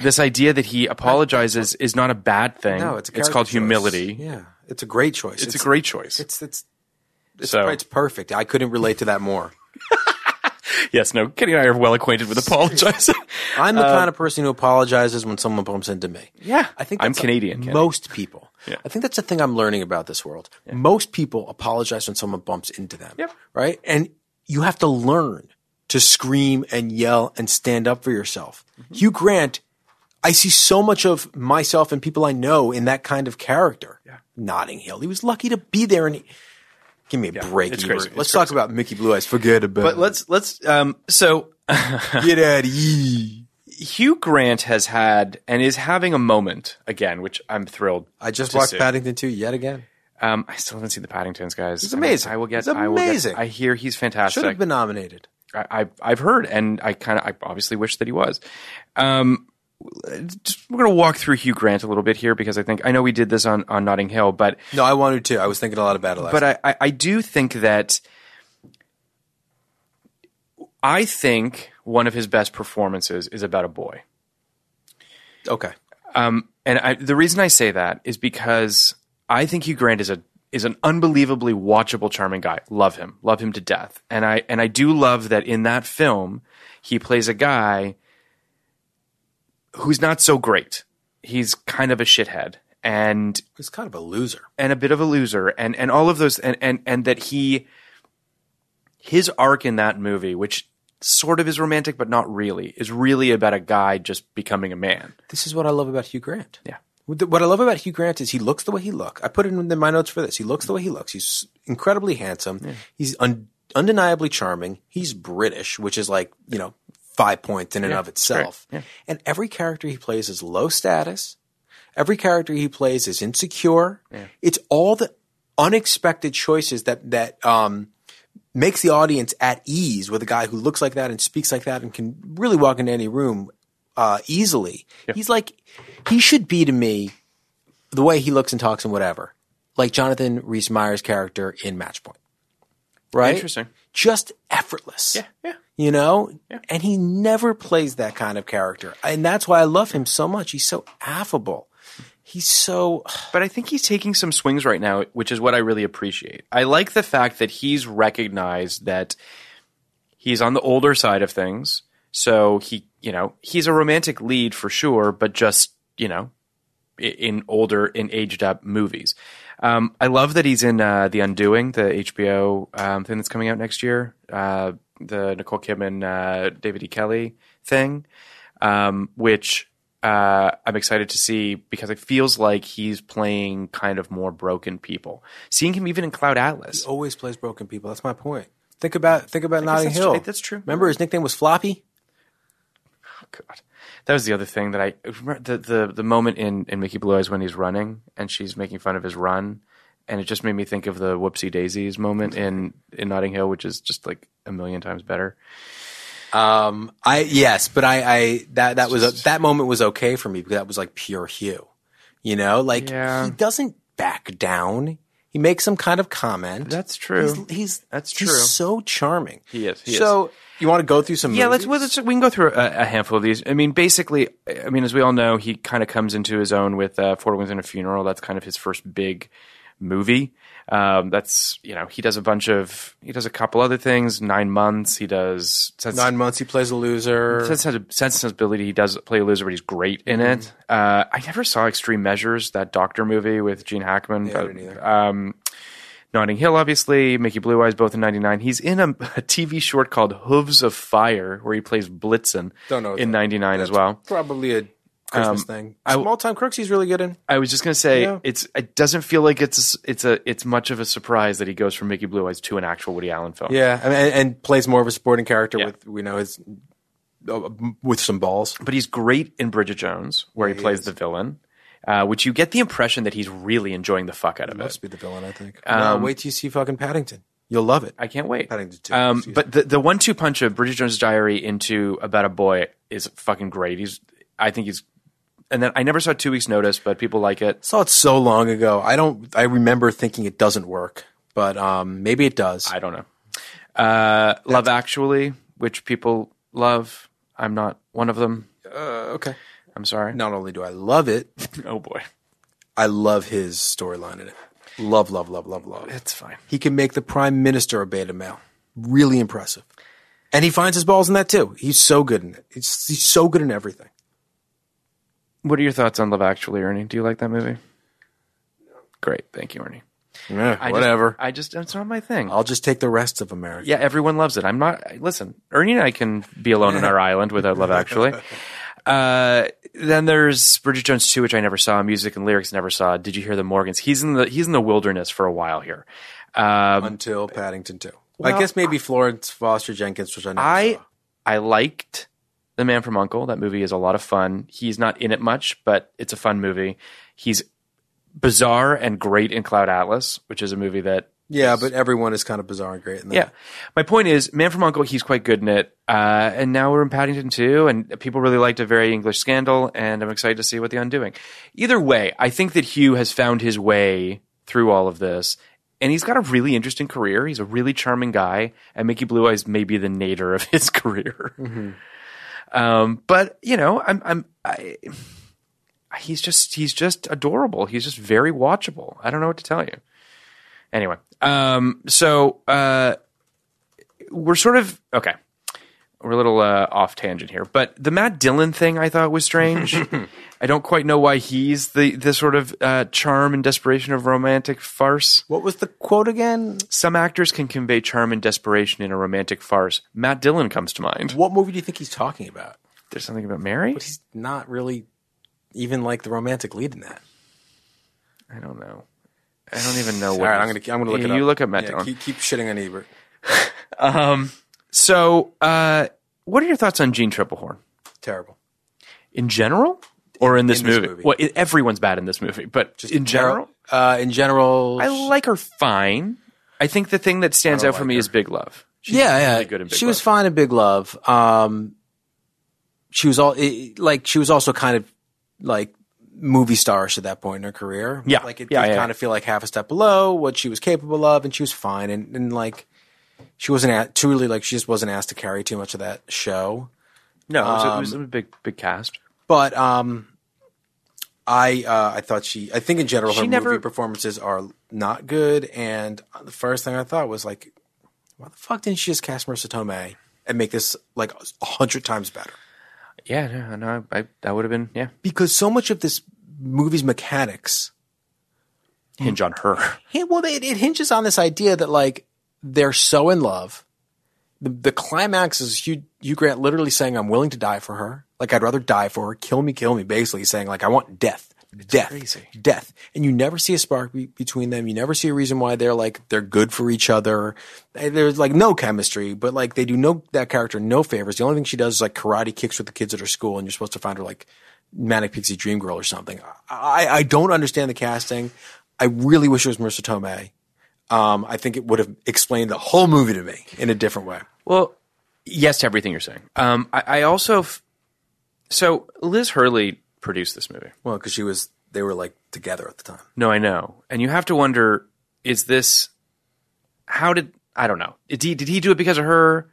D: This idea that he apologizes is not a bad thing.
C: No, it's a
D: it's
C: character
D: called
C: choice.
D: humility.
C: Yeah. It's a great choice.
D: It's, a great choice.
C: It's, it's, it's,
D: So-
C: it's perfect. I couldn't relate to that more.
D: yes, no, Kenny and I are well acquainted with apologizing.
C: I'm the kind of person who apologizes when someone bumps into me.
D: Um, Yeah.
C: I think
D: I'm
C: that's
D: Canadian, Kenny.
C: Most people.
D: Yeah.
C: I think that's the thing I'm learning about this world. Most people apologize when someone bumps into them.
D: Yep.
C: Right? And you have to learn to scream and yell and stand up for yourself.
D: Mm-hmm.
C: Hugh Grant, I see so much of myself and people I know in that kind of character. Yeah. Notting Hill. He was lucky to be there and he, give me a break.
D: it's
C: Ebert.
D: crazy. It's
C: Let's talk about Mickey Blue Eyes. Forget about
D: but let's let's um so
C: it. Get out of here.
D: Hugh Grant has had and is having a moment again, which I'm thrilled.
C: I just
D: to
C: watched
D: see.
C: Paddington 2 yet again.
D: Um, I still haven't seen the Paddingtons, guys. It's
C: amazing.
D: I will get.
C: He's
D: I will get-
C: amazing.
D: I hear he's
C: Should
D: fantastic.
C: have been nominated.
D: I, I, I've heard, and I kind of, I obviously wish that he was. Um, just, we're going to walk through Hugh Grant a little bit here because I think I know we did this on on Notting Hill, but
C: No, I wanted to. I was thinking a lot about it last
D: but I, I, I do think that I think one of his best performances is about a boy.
C: Okay.
D: Um, and I, the reason I say that is because I think Hugh Grant is a is an unbelievably watchable, charming guy. Love him, love him to death. And I and I do love that in that film he plays a guy who's not so great. He's kind of a shithead and
C: He's kind of a loser.
D: and a bit of a loser and and all of those and and and that he his arc in that movie, which sort of is romantic but not really, is really about a guy just becoming a man.
C: This is what I love about Hugh Grant.
D: Yeah.
C: What the- what I love about Hugh Grant is he looks the way he looks. I put it in my notes for this. He looks the way he looks. He's incredibly handsome. He's un- undeniably charming. He's British, which is like, you know, five points in and of itself. And every character he plays is low status. Every character he plays is insecure. It's all the unexpected choices that, that, um, makes the audience at ease with a guy who looks like that and speaks like that and can really walk into any room uh, easily. He's like, he should be to me the way he looks and talks and whatever, like Jonathan Rhys Meyers' character in Matchpoint, right?
D: Interesting.
C: Just effortless. Yeah,
D: yeah.
C: You know, and he never plays that kind of character, and that's why I love him so much. He's so affable. He's so
D: But I think he's taking some swings right now, which is what I really appreciate. I like the fact that he's recognized that He's on the older side of things, so he, you know, he's a romantic lead for sure, but just you know, i- in older, in aged up movies. Um, I love that he's in uh, The Undoing, the HBO um, thing that's coming out next year, uh, the Nicole Kidman, uh, David E. Kelly thing, um, which uh, I'm excited to see because it feels like he's playing kind of more broken people. Seeing him even in Cloud Atlas.
C: Always plays broken people. That's my point. Think about think about Notting
D: that's
C: Hill.
D: true. That's true.
C: Remember his nickname was Floppy.
D: God. That was the other thing that I remember the the, the moment in, in Mickey Blue Eyes when he's running and she's making fun of his run, and it just made me think of the Whoopsie Daisies moment in in Notting Hill, which is just like a million times better.
C: Um, I yes, but I, I that that was a, that moment was okay for me because that was like pure Hugh. You know, like
D: Yeah.
C: he doesn't back down. He makes some kind of comment.
D: That's true.
C: He's, he's
D: That's
C: he's
D: true.
C: so charming.
D: He is, he
C: so you want to go through some?
D: Yeah, let's,
C: movies?
D: well, let's we can go through a, a handful of these. I mean, basically, I mean, as we all know, he kind of comes into his own with uh, Four Wings and a Funeral. That's kind of his first big movie. Um, that's you know he does a bunch of he does a couple other things. Nine months he does. Sense,
C: nine months. He plays a loser.
D: Sense, sense and sensibility. He does play a loser, but he's great in it.
C: Mm-hmm.
D: Uh, I never saw Extreme Measures, that doctor movie with Gene Hackman.
C: Yeah, I
D: but,
C: didn't either.
D: um, Notting Hill, obviously, Mickey Blue Eyes, both in '99. He's in a, a TV short called Hooves of Fire, where he plays Blitzen
C: Don't know what
D: in
C: that-
D: '99 as
C: That's
D: well.
C: probably a Christmas thing.
D: I-
C: Small time crooks. He's really good in.
D: I was just gonna say
C: Yeah.
D: it's it doesn't feel like it's a s it's a it's much of a surprise that he goes from Mickey Blue Eyes to an actual Woody Allen film.
C: Yeah, and, and, and plays more of a supporting character
D: Yeah.
C: with we know his uh, with some balls.
D: but he's great in Bridget Jones, where he plays the villain. Uh, which you get the impression that he's really enjoying the fuck out of it.
C: Must be the villain, I think. no, wait till you see fucking Paddington. You'll love it.
D: I can't wait.
C: Paddington two,
D: Um,
C: excuse
D: but the, the one two punch of Bridget Jones' Diary into About a Boy is fucking great. He's, I think he's, and then I never saw Two Weeks Notice, but people like it.
C: saw it so long ago. I don't. I remember thinking it doesn't work, but um, maybe it does.
D: I don't know. Uh, Love Actually, which people love. I'm not one of them.
C: uh, okay.
D: I'm sorry.
C: Not only do I love it,
D: Oh boy,
C: I love his storyline in it. Love, love, love, love, love.
D: it's fine.
C: He can make the prime minister a beta male. Really impressive. And he finds his balls in that too. He's so good in it. He's, he's so good in everything.
D: What are your thoughts on Love Actually, Ernie? Do you like that movie? Great, thank you, Ernie. I just-
C: whatever.
D: I just it's not my thing.
C: I'll just take the rest of America.
D: yeah, everyone loves it. I'm not. Listen, Ernie and I can be alone on our island without Love Actually. Uh, then there's Bridget Jones 2, which I never saw. Music and lyrics never saw. Did you hear the Morgans? He's in the he's in the wilderness for a while here. Um,
C: Until Paddington 2. I
D: Well,
C: guess maybe Florence Foster Jenkins, which I never
D: I
C: saw.
D: I liked The Man from Uncle. That movie is a lot of fun. He's not in it much, but it's a fun movie. He's bizarre and great in Cloud Atlas, which is a movie that
C: Yeah, but everyone is kind of bizarre and great in that.
D: Yeah. My point is, Man from Uncle, he's quite good in it. Uh, and now we're in Paddington 2, and people really liked A Very English Scandal, and I'm excited to see what The Undoing. Either way, I think that Hugh has found his way through all of this, and he's got a really interesting career. He's a really charming guy, and Mickey Blue Eyes may be the nadir of his career. Um, but, you know, I'm, I'm, I, he's just, he's just adorable. He's just very watchable. I don't know what to tell you. Anyway, um, so, uh, we're sort of okay. We're a little uh, off tangent here, but the Matt Dillon thing I thought was strange. I don't quite know why he's the the sort of uh, charm and desperation of romantic farce.
C: What was the quote again?
D: Some actors can convey charm and desperation in a romantic farce. Matt Dillon comes to mind.
C: What movie do you think he's talking about?
D: There's something about Mary.
C: But he's not really even like the romantic lead in that.
D: I don't know. I don't even know.
C: All
D: What
C: right,
D: he's-
C: I'm gonna I'm gonna look
D: Yeah,
C: it
D: you
C: up.
D: look at Matt
C: Yeah,
D: Dillon.
C: Keep, keep shitting on Ebert.
D: so, uh, what are your thoughts on Gene Triplehorn
C: Terrible.
D: in general, or in this,
C: in this
D: movie?
C: movie.
D: Well, i everyone's bad in this movie, but in general.
C: uh, in general,
D: I like her fine. I think the thing that stands out for me is Big Love.
C: yeah, yeah.
D: really good in Big
C: she was
D: Love.
C: fine in Big Love. Um, she was all it, like she was also kind of like movie starish at that point in her career.
D: Yeah.
C: like it
D: Yeah,
C: did
D: yeah,
C: kind
D: yeah.
C: of feel like half a step below what she was capable of, and she was fine. And, and like she wasn't at, truly like she just wasn't asked to carry too much of that show.
D: No, it was, it
C: um,
D: was a big, big cast.
C: But um, I uh, I thought she. I think in general
D: She
C: her
D: never-
C: movie performances are not good. And the first thing I thought was like, why the fuck didn't she just cast Marissa Tomei and make this like a hundred times better.
D: Yeah, no, no, I, that would have been yeah.
C: Because so much of this movie's mechanics,
D: Hinge on her.
C: hey, well, it, it hinges on this idea that like they're so in love. The, the climax is Hugh, Hugh Grant literally saying, "I'm willing to die for her. Like I'd rather die for her. Kill me, kill me." Basically saying like, "I want death." death,
D: crazy.
C: death, and you never see a spark be- between them. You never see a reason why they're like they're good for each other. Eh, There's like no chemistry, but like they do no that character no favors. The only thing she does is like karate kicks with the kids at her school, and you're supposed to find her like manic pixie dream girl or something. I I don't understand the casting. I really wish it was Marissa Tomei. Um, I think it would have explained the whole movie to me in a different way.
D: Well, yes to everything you're saying. Um, I, I also f- so Liz Hurley produced this movie.
C: Well, because she was they were like together at the time.
D: No, I know, and you have to wonder: is this how did I don't know? Did he, did he do it because of her?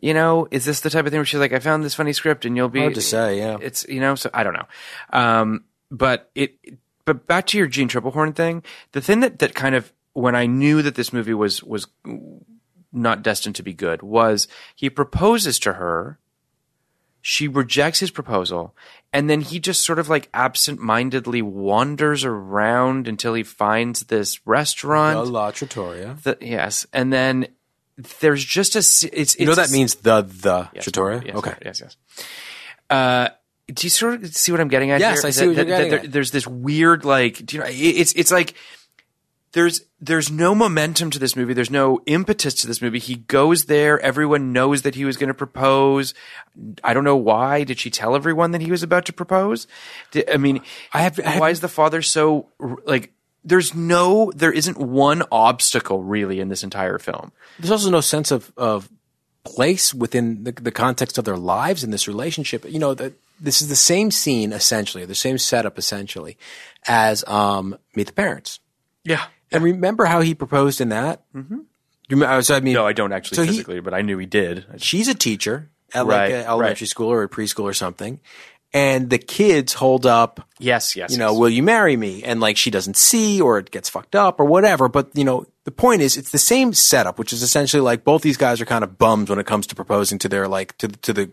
D: You know, is this the type of thing where she's like, "I found this funny script, and you'll be
C: Hard to say, yeah.
D: It's you know, so I don't know. Um, but it, but back to your Gene Triplehorn thing. The thing that that kind of when I knew that this movie was was not destined to be good was he proposes to her. She rejects his proposal, and then he just sort of like absent-mindedly wanders around until he finds this
C: The
D: restaurant.
C: La Trattoria.
D: The- yes, and then there's just a s- it's
C: You know
D: it's-
C: that means the the
D: Yes,
C: Trattoria.
D: yes,
C: okay.
D: Yes, yes. Uh, do you sort of see what I'm getting at?
C: Yes,
D: here?
C: I see what you're getting
D: there-
C: at.
D: There's this weird, like, do you know? it- It's it's like there's there's no momentum to this movie. There's no impetus to this movie. He goes there. Everyone knows that he was going to propose. I don't know why. Did she tell everyone that he was about to propose? Di- I mean,
C: I have- I have-
D: why is the father so r- like? There's no, there isn't one obstacle really in this entire film.
C: there's also no sense of of place within the, the context of their lives in this relationship. You know, the, this is the same scene essentially, the same setup essentially as um, Meet the Parents.
D: Yeah.
C: And remember how he proposed in that? Mm-hmm. You, me- so I mean,
D: No, I don't actually
C: So he-
D: physically, but I knew he did. I
C: she's a teacher at
D: Right,
C: like an elementary school or a preschool or something, and the kids hold up.
D: Yes, yes.
C: you know,
D: yes.
C: will you marry me? And like she doesn't see or it gets fucked up or whatever. But you know, the point is it's the same setup, which is essentially like both these guys are kind of bums when it comes to proposing to their like to to the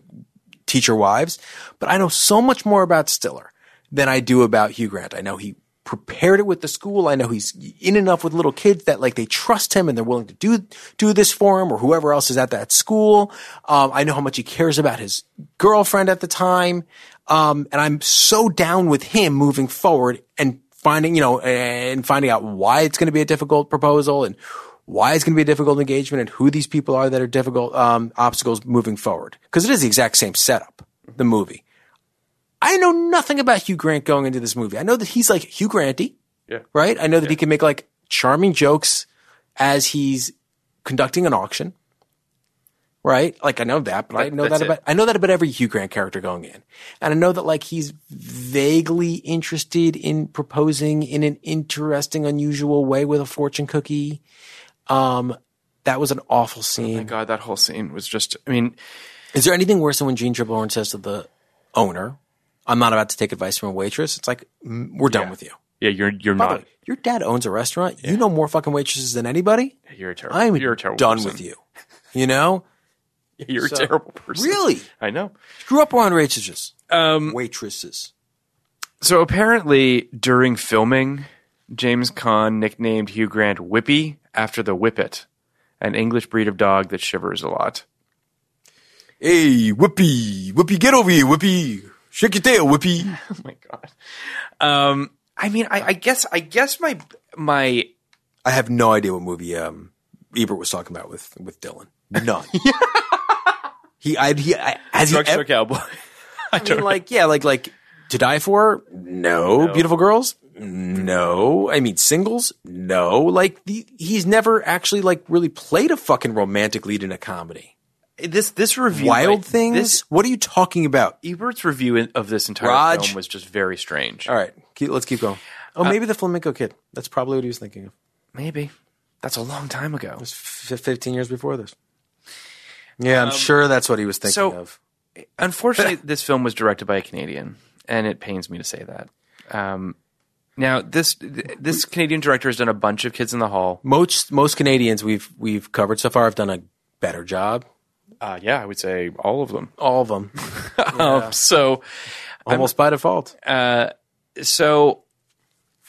C: teacher wives. But I know so much more about Stiller than I do about Hugh Grant. I know he prepared it with the school. I know he's in enough with little kids that like they trust him and they're willing to do do this for him or whoever else is at that school. Um, I know how much he cares about his girlfriend at the time, um, and I'm so down with him moving forward and finding you know and finding out why it's going to be a difficult proposal and why it's going to be a difficult engagement and who these people are that are difficult um, obstacles moving forward because it is the exact same setup the movie I know nothing about Hugh Grant going into this movie. I know that he's like Hugh Granty,
D: Yeah.
C: right? I know that he can make like charming jokes as he's conducting an auction, right? Like I know that, but I
D: That-
C: know that
D: that's it.
C: about I know that about every Hugh Grant character going in, and I know that like he's vaguely interested in proposing in an interesting, unusual way with a fortune cookie. Um, that was an awful
D: Oh My
C: scene.
D: God, that whole scene was just. I mean,
C: Is there anything worse than when Gene Triplehorn says to the owner, "I'm not about to take advice from a waitress"? It's like mm, we're done with you.
D: yeah, you're you're
C: By the
D: not.
C: way, your dad owns a restaurant. You know more fucking waitresses than anybody.
D: You're a terrible.
C: I'm
D: you're a terrible.
C: done
D: person.
C: with you. You know,
D: You're
C: So-
D: a terrible person.
C: really
D: I know.
C: screw up around waitresses.
D: Um,
C: Waitresses.
D: so apparently, during filming, James Caan nicknamed Hugh Grant Whippy after the whippet, an English breed of dog that shivers a lot.
C: Hey, Whoopi, Whoopi, get over here, Whoopi. Shake your tail, Whoopi.
D: Oh my God. Um, I mean, I, I guess, I guess my my
C: I have no idea what movie um, Ebert was talking about with with Dylan. None. he, I, he, I, has he ever-
D: drugstore cowboy. I
C: I mean, like, yeah, like, like, to die for? No. Beautiful girls? No. I mean, singles? No. Like, the, he's never actually, like, really played a fucking romantic lead in a comedy.
D: this this review,
C: Wild
D: like,
C: Things?
D: This
C: what are you talking about?
D: Ebert's review in- of this entire
C: Raj.
D: film was just very strange.
C: All right, keep, let's keep going. Oh,
D: Uh,
C: maybe the Flamenco Kid. That's probably what he was thinking of.
D: Maybe. That's a long time ago.
C: F- 15 years before this. Yeah, I'm sure that's what he was thinking
D: Um, so-
C: of.
D: Unfortunately, this film was directed by a Canadian, and it pains me to say that. Um, now, this th- this Canadian director has done a bunch of Kids in the Hall.
C: Most most Canadians we've we've covered so far have done a better job.
D: Uh, yeah, I would say all of them.
C: All of them,
D: Um, so, uh,
C: almost by default.
D: so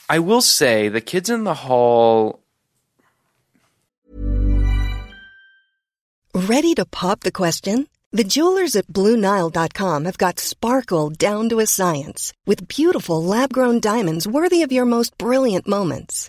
D: I will say the kids in the hall.
A: Ready to pop the question? The jewelers at BlueNile.com have got sparkle down to a science with beautiful lab grown diamonds worthy of your most brilliant moments.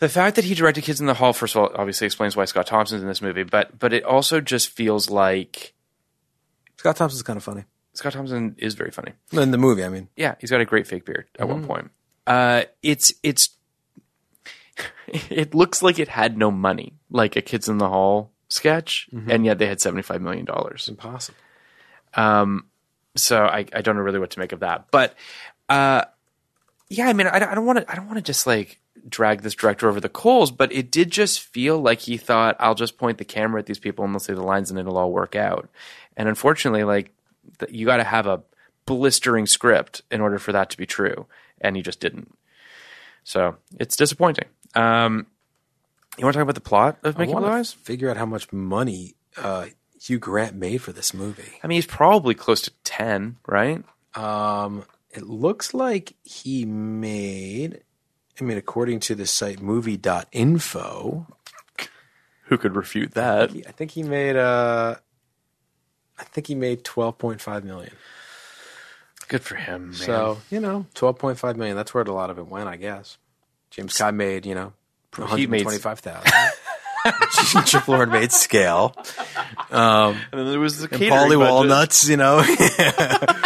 D: The fact that he directed Kids in the Hall, first of all, obviously explains why Scott Thompson's in this movie, but but it also just feels like
C: Scott Thompson's kind of funny
D: Scott Thompson is very funny.
C: in the movie. I mean,
D: Yeah, he's got a great fake beard at one point. Uh, it's it's it looks like it had no money, like a Kids in the Hall sketch, and yet they had seventy five million dollars.
C: impossible.
D: So I, I don't know really what to make of that, but uh, yeah, I mean, I, don't- I don't want to I don't want to just like drag this director over the coals, but it did just feel like he thought I'll just point the camera at these people and they'll say the lines and it'll all work out. And unfortunately, like th- you got to have a blistering script in order for that to be true, and he just didn't. So it's disappointing. Um, you want to talk about the plot of
C: I
D: Making Blue
C: want
D: Eyes?
C: to figure out how much money uh, Hugh Grant made for this movie.
D: I mean, he's probably close to ten, right?
C: Um, it looks like he made. I mean, according to the site movie.info,
D: Who could refute that?
C: he- I think he made. Uh, I think he made twelve point five million.
D: Good for him. Man.
C: So you know, twelve point five million. That's where a lot of it went, I guess. James Kai made you know, one
D: He
C: hundred
D: made-
C: twenty-five thousand. Chip Lord made scale.
D: and then there was the
C: And
D: catering
C: Paulie
D: budget.
C: Walnuts, you know.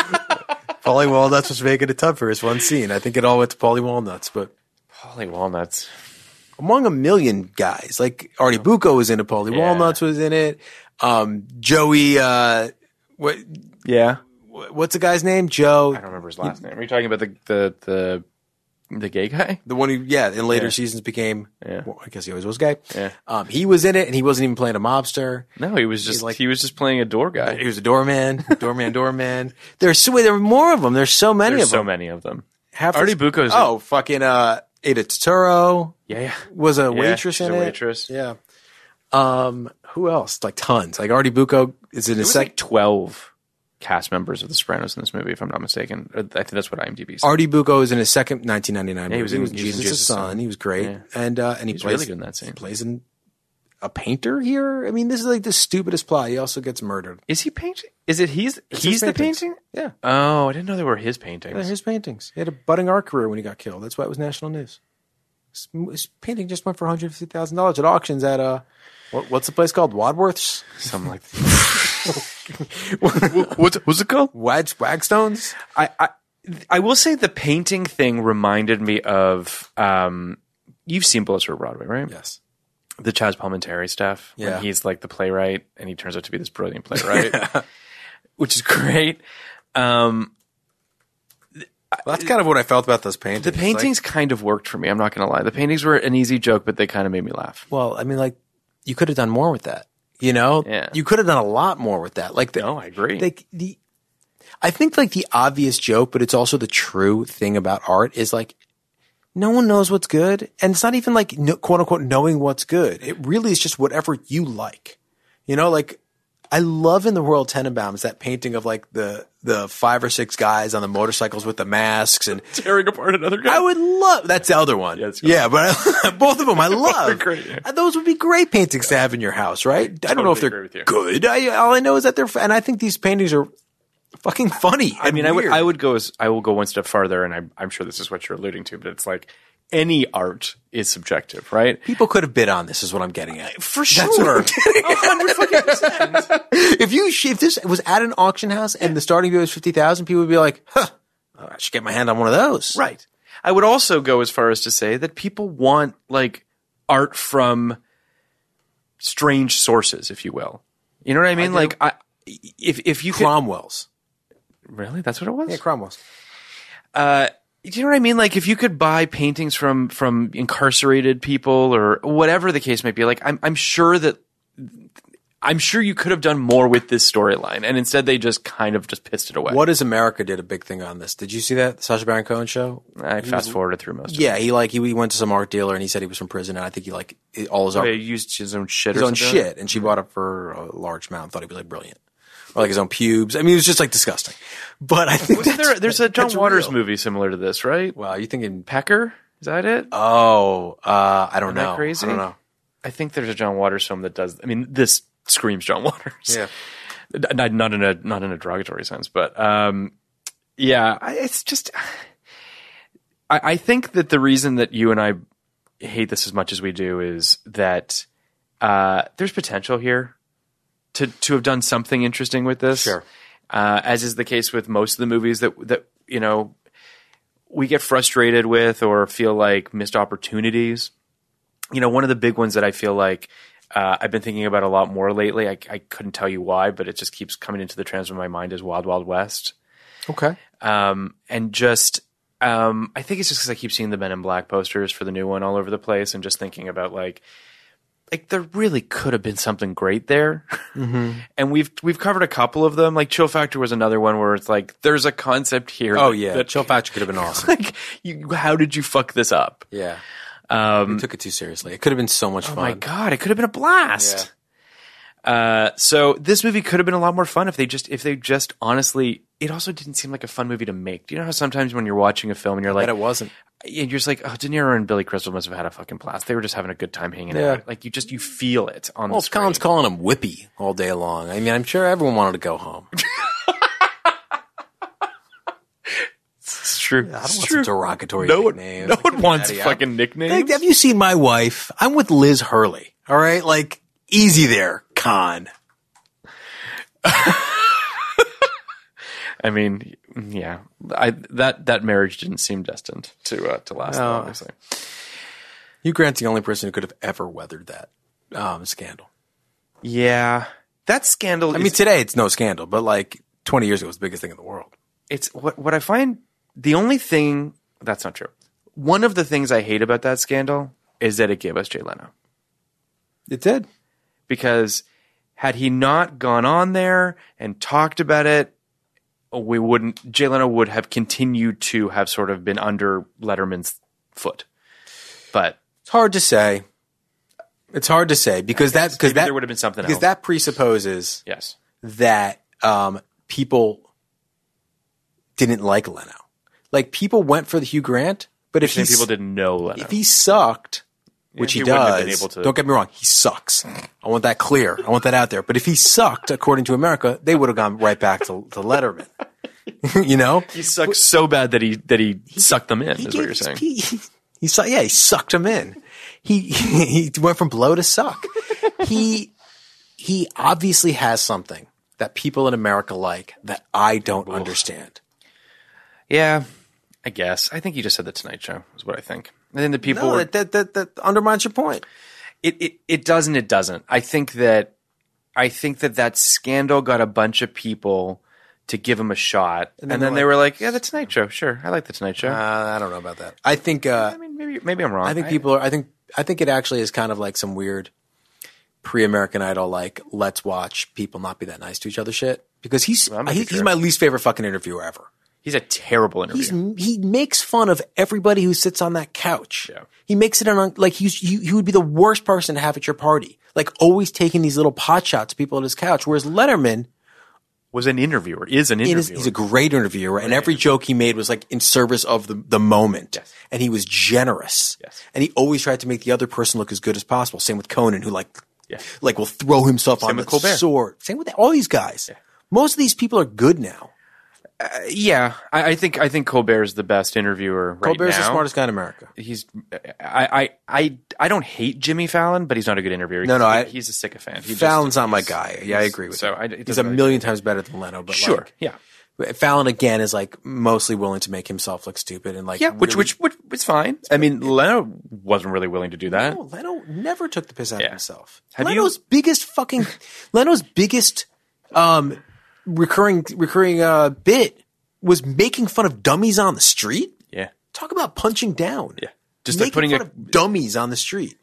C: Paulie Walnuts was making it tough for his one scene. I think it all went to Paulie Walnuts, but
D: Paulie Walnuts.
C: among a million guys, like Artie Bucco was in it, Paulie
D: Yeah.
C: Walnuts was in it, um, Joey. Uh, what
D: Yeah.
C: what's the guy's name? Joe,
D: I don't remember his last name. Are you talking about the the the, the gay guy?
C: the one who yeah in later seasons became.
D: Yeah.
C: well, I guess he always was gay.
D: Yeah.
C: Um, he was in it, and he wasn't even playing a mobster.
D: No, he was just
C: like-
D: he was just playing a door
C: He
D: guy.
C: was a doorman, doorman, doorman. There's so there were more of them. There's so many
D: There's
C: of
D: so
C: them.
D: many of them.
C: Half
D: Artie Bucco's in-
C: oh fucking uh, Ada Totoro.
D: Yeah, yeah.
C: was a
D: Yeah,
C: waitress
D: she's
C: in
D: a
C: it.
D: waitress.
C: Yeah. Um, who else? Like tons. Like Artie Bucco is in
D: There
C: his
D: was
C: sec.
D: like twelve cast members of The Sopranos in this movie, if I'm not mistaken. I think that's what IMDb. said.
C: Artie Bucco is in his second 1999.
D: Yeah, he was
C: movie.
D: in-
C: he was
D: he was in
C: Jesus'
D: Jesus'
C: son.
D: Son.
C: He was great,
D: Yeah.
C: and uh, and he
D: He's
C: plays
D: really good in that
C: He
D: scene.
C: plays in a painter here. I mean, this is like the stupidest plot. He also gets murdered.
D: Is he painting? Is it he's
C: It's his
D: he's the
C: paintings.
D: painting?
C: Yeah.
D: Oh, I didn't know they were his
C: Yeah,
D: paintings.
C: his paintings. He had a budding art career when he got killed. That's why it was national news. His, his painting just went for 150 thousand dollars at auctions at uh, what, what's the place called? Wadworth's,
D: Something like that. what's, what's it called?
C: Wags, Wagstones.
D: I, I I will say the painting thing reminded me of um you've seen Bullets for Broadway, right?
C: Yes.
D: The Chaz Palminteri stuff. when
C: Yeah.
D: he's like the playwright and he turns out to be this brilliant playwright. Which is great. Um
C: Well, that's kind of what I felt about those paintings.
D: the
C: It's
D: paintings kind of worked for me, I'm not gonna lie. The paintings were an easy joke, but they kind of made me laugh.
C: Like, well, I mean, like you could have done more with that. You know,
D: Yeah.
C: you could have done a lot more with that. Like, the,
D: No, Oh, I agree.
C: Like the, I think like the obvious joke, but it's also the true thing about art is like. No one knows what's good, and it's not even like no, quote unquote knowing what's good. It really is just whatever you like. You know, like I love in the Royal Tenenbaums that painting of like the the five or six guys on the motorcycles with the masks and
D: Tearing apart another guy.
C: I would love that's the other one.
D: that's
C: yeah, but I, both of them I love.
D: great, yeah.
C: Uh, Those would be great paintings to have in your house, right? I, don't know if
D: agree
C: they're
D: with you.
C: good. I, all I know is that they're, f- and I think these paintings are fucking funny.
D: I mean, I would
C: weird.
D: I would go as I will go one step farther, and I'm I'm sure this is what you're alluding to, but it's like any art is subjective, right?
C: People could have bid on this, is what I'm getting at.
D: For
C: sure.
D: sure, hundred fucking percent.
C: if you sh- if this was at an auction house and the starting bid was fifty thousand, people would be like, "Huh, oh, I should get my hand on one of those."
D: Right. I would also go as far as to say that people want like art from strange sources, if you will. You know what I mean? like, I, if if you can,
C: Cromwell's.
D: really, that's what it was.
C: Yeah, Cromwell's.
D: uh, do you know what I mean? Like, if you could buy paintings from from incarcerated people or whatever the case might be, like, I'm I'm sure that. I'm sure you could have done more with this storyline, and instead they just kind of just pissed it away.
C: What is America did a big thing on this. Did you see that Sasha Baron Cohen show?
D: I fast forwarded through most.
C: Yeah, he like he, he went to some art dealer and he said he was from prison, and I think he like it- all his
D: of
C: art
D: it. He used his own shit.
C: his
D: or
C: own
D: something.
C: shit, and she bought up for a large amount. and Thought he was like brilliant, or like his own pubes. I mean, it was just like disgusting. But I think
D: Wasn't
C: that's-
D: there, there's a John
C: that's
D: Waters
C: real.
D: movie similar to this, right?
C: Wow, you thinking?
D: Pecker? Is that it?
C: Oh, uh, I don't
D: Am I
C: know.
D: crazy?
C: I don't know.
D: I think there's a John Waters film that does. I mean, this screams John Waters.
C: Yeah.
D: not, not in a not in a derogatory sense, but um, yeah, I, it's just. I, I think that the reason that you and I hate this as much as we do is that uh, there's potential here to to have done something interesting with this.
C: Sure.
D: Uh, as is the case with most of the movies that that you know we get frustrated with or feel like missed opportunities. You know, one of the big ones that I feel like uh, I've been thinking about a lot more lately. I, I couldn't tell you why, but it just keeps coming into the trans of my mind is Wild Wild West
C: Okay.
D: um, and just um, I think it's just because I keep seeing the Men in Black posters for the new one all over the place, and just thinking about like, like there really could have been something great there.
C: Mm-hmm.
D: and we've we've covered a couple of them. Like Chill Factor was another one where it's like there's a concept here.
C: Oh
D: that-
C: yeah,
D: that,
C: Chill Factor could have been awesome.
D: like you, how did you fuck this up?
C: Yeah. we took it too seriously. It could have been so much
D: Um, Oh my
C: fun.
D: god, it could have been a blast. Uh, so this movie could have been a lot more fun if they just if they just honestly. It also didn't seem like a fun movie to make. Do you know how sometimes when you're watching a film and you're like,
C: but it wasn't.
D: and you're just like, oh, De Niro and Billy Crystal must have had a fucking blast. They were just having a good time hanging
C: Yeah.
D: out. Like you just you feel it on
C: Well,
D: the screen.
C: Colin's calling him Whippy all day long. I mean, I'm sure everyone wanted to go home.
D: It's true.
C: I don't want some derogatory
D: no one,
C: nicknames.
D: no
C: Like,
D: one
C: get
D: wants
C: outta here.
D: fucking
C: Like,
D: nicknames.
C: have you seen my wife? I'm with Liz Hurley. All right, like easy there, con.
D: I mean, yeah, I that that marriage didn't seem destined to uh, to last.
C: No.
D: Obviously,
C: Hugh Grant's the only person who could have ever weathered that um, scandal.
D: yeah, that scandal.
C: I mean, today it's no scandal, but like 20 years ago, it was the biggest thing in the world.
D: it's what what I find the only thing that's not true. One of the things I hate about that scandal is that it gave us Jay Leno.
C: It did.
D: because had he not gone on there and talked about it, we wouldn't. Jay Leno would have continued to have sort of been under Letterman's foot. But
C: It's hard to say. It's hard to say because that because
D: maybe
C: that
D: there would have been something
C: because
D: else.
C: that presupposes
D: yes,
C: that um, people didn't like Leno. Like people went for the Hugh Grant, but if
D: Saying
C: he
D: people didn't know Leno.
C: if he sucked, which
D: he
C: he,
D: wouldn't
C: does,
D: have been able to-
C: don't get me wrong, he sucks. I want that clear. I want that out there. But if he sucked, according to America, they would have gone right back to, to Letterman. you know,
D: he sucked so bad that he that he, sucked them in.
C: he
D: is what
C: gave
D: you're
C: his
D: saying.
C: pee- He, su- yeah, he sucked him in. He, he went from blow to suck. he he obviously has something that people in America like that I don't understand.
D: Yeah, I guess. I think he just said the Tonight Show is what I think. I think the people
C: No,
D: were-
C: that, that that that undermines your point.
D: it, it it doesn't it doesn't i think that i think that that scandal got a bunch of people to give him a shot and then, they were like yeah the tonight show sure i like the tonight show
C: Uh, I don't know about that. I think uh,
D: i mean maybe maybe i'm wrong
C: I think people are. I think I think it actually is kind of like some weird pre-American Idol, like let's watch people not be that nice to each other shit. Because he's
D: Well, that might
C: he-
D: be
C: he's
D: true.
C: my least favorite fucking interviewer ever.
D: he's a terrible interview
C: He's he makes fun of everybody who sits on that couch.
D: Yeah.
C: He makes it an like he's he, he would be the worst person to have at your party. Like always taking these little pot shots at people at his couch. Whereas Letterman,
D: was an interviewer is an
C: in
D: interviewer
C: his, he's a great interviewer, and every joke he made was like in service of the, the moment.
D: Yes.
C: And he was generous.
D: Yes.
C: And he always tried to make the other person look as good as possible. Same with Conan, who like,
D: Yes.
C: like will throw himself on
D: with
C: the
D: Colbert.
C: sword. Same with all these guys. Most of these people are good now.
D: yeah, I, I think I think Colbert is the best interviewer right
C: Colbert's
D: now.
C: the smartest guy in America.
D: He's I, I I I don't hate Jimmy Fallon, but he's not a good interviewer.
C: No, no,
D: He's-
C: I-
D: he's a sycophant. He just-
C: Fallon's not my
D: he's-
C: guy. Yeah, I
D: he's-
C: agree with
D: so
C: you.
D: I, it
C: he's a
D: doesn't really-
C: million times better than Leno. But
D: sure,
C: like,
D: yeah,
C: Fallon again is like mostly willing to make himself look stupid and like
D: yeah, which
C: really-
D: which which was fine. I mean, Leno wasn't really willing to do that.
C: No, Leno never took the piss out of
D: Yeah.
C: himself.
D: Have you-
C: Leno's biggest fucking Leno's biggest um recurring recurring uh bit was making fun of dummies on the street.
D: Yeah,
C: Talk about punching down.
D: yeah, just
C: Making
D: like putting
C: fun
D: a.
C: of dummies on the street.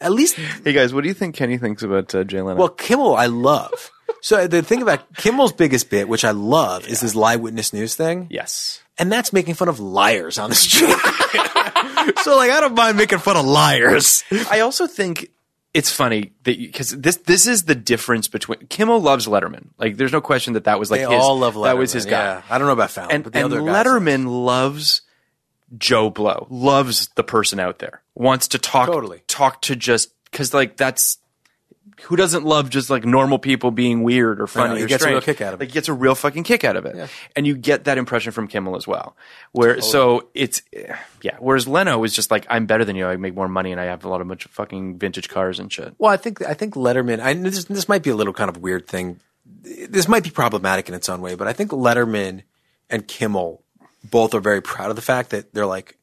C: At least
D: hey guys, what do you think Kenny thinks about uh, Jay Leno?
C: well Kimmel I love. So uh, the thing about Kimmel's biggest bit, which I love, is this lie witness news thing.
D: yes,
C: and that's making fun of liars on the street. so like, I don't mind making fun of liars.
D: I also think it's funny that because this this is the difference between Kimmel loves Letterman. Like, there's no question that that was like
C: they
D: his,
C: all love Letterman.
D: that was his guy.
C: Yeah. I don't know about Fallon,
D: and,
C: but the
D: and
C: other guys-
D: Letterman loves Joe Blow, loves the person out there, wants to talk
C: Totally.
D: talk to just because like that's who doesn't love just like normal people being weird or funny
C: know, he
D: or
C: gets a real
D: strange?
C: kick out of it.
D: Like he gets a real fucking kick out of it, and you get that impression from Kimmel as well. Where so it's yeah. Whereas Leno is just like I'm better than you. I make more money and I have a lot of much fucking vintage cars and shit.
C: Well, I think I think Letterman. I this, this might be a little kind of weird thing. This might be problematic in its own way, but I think Letterman and Kimmel both are very proud of the fact that they're like,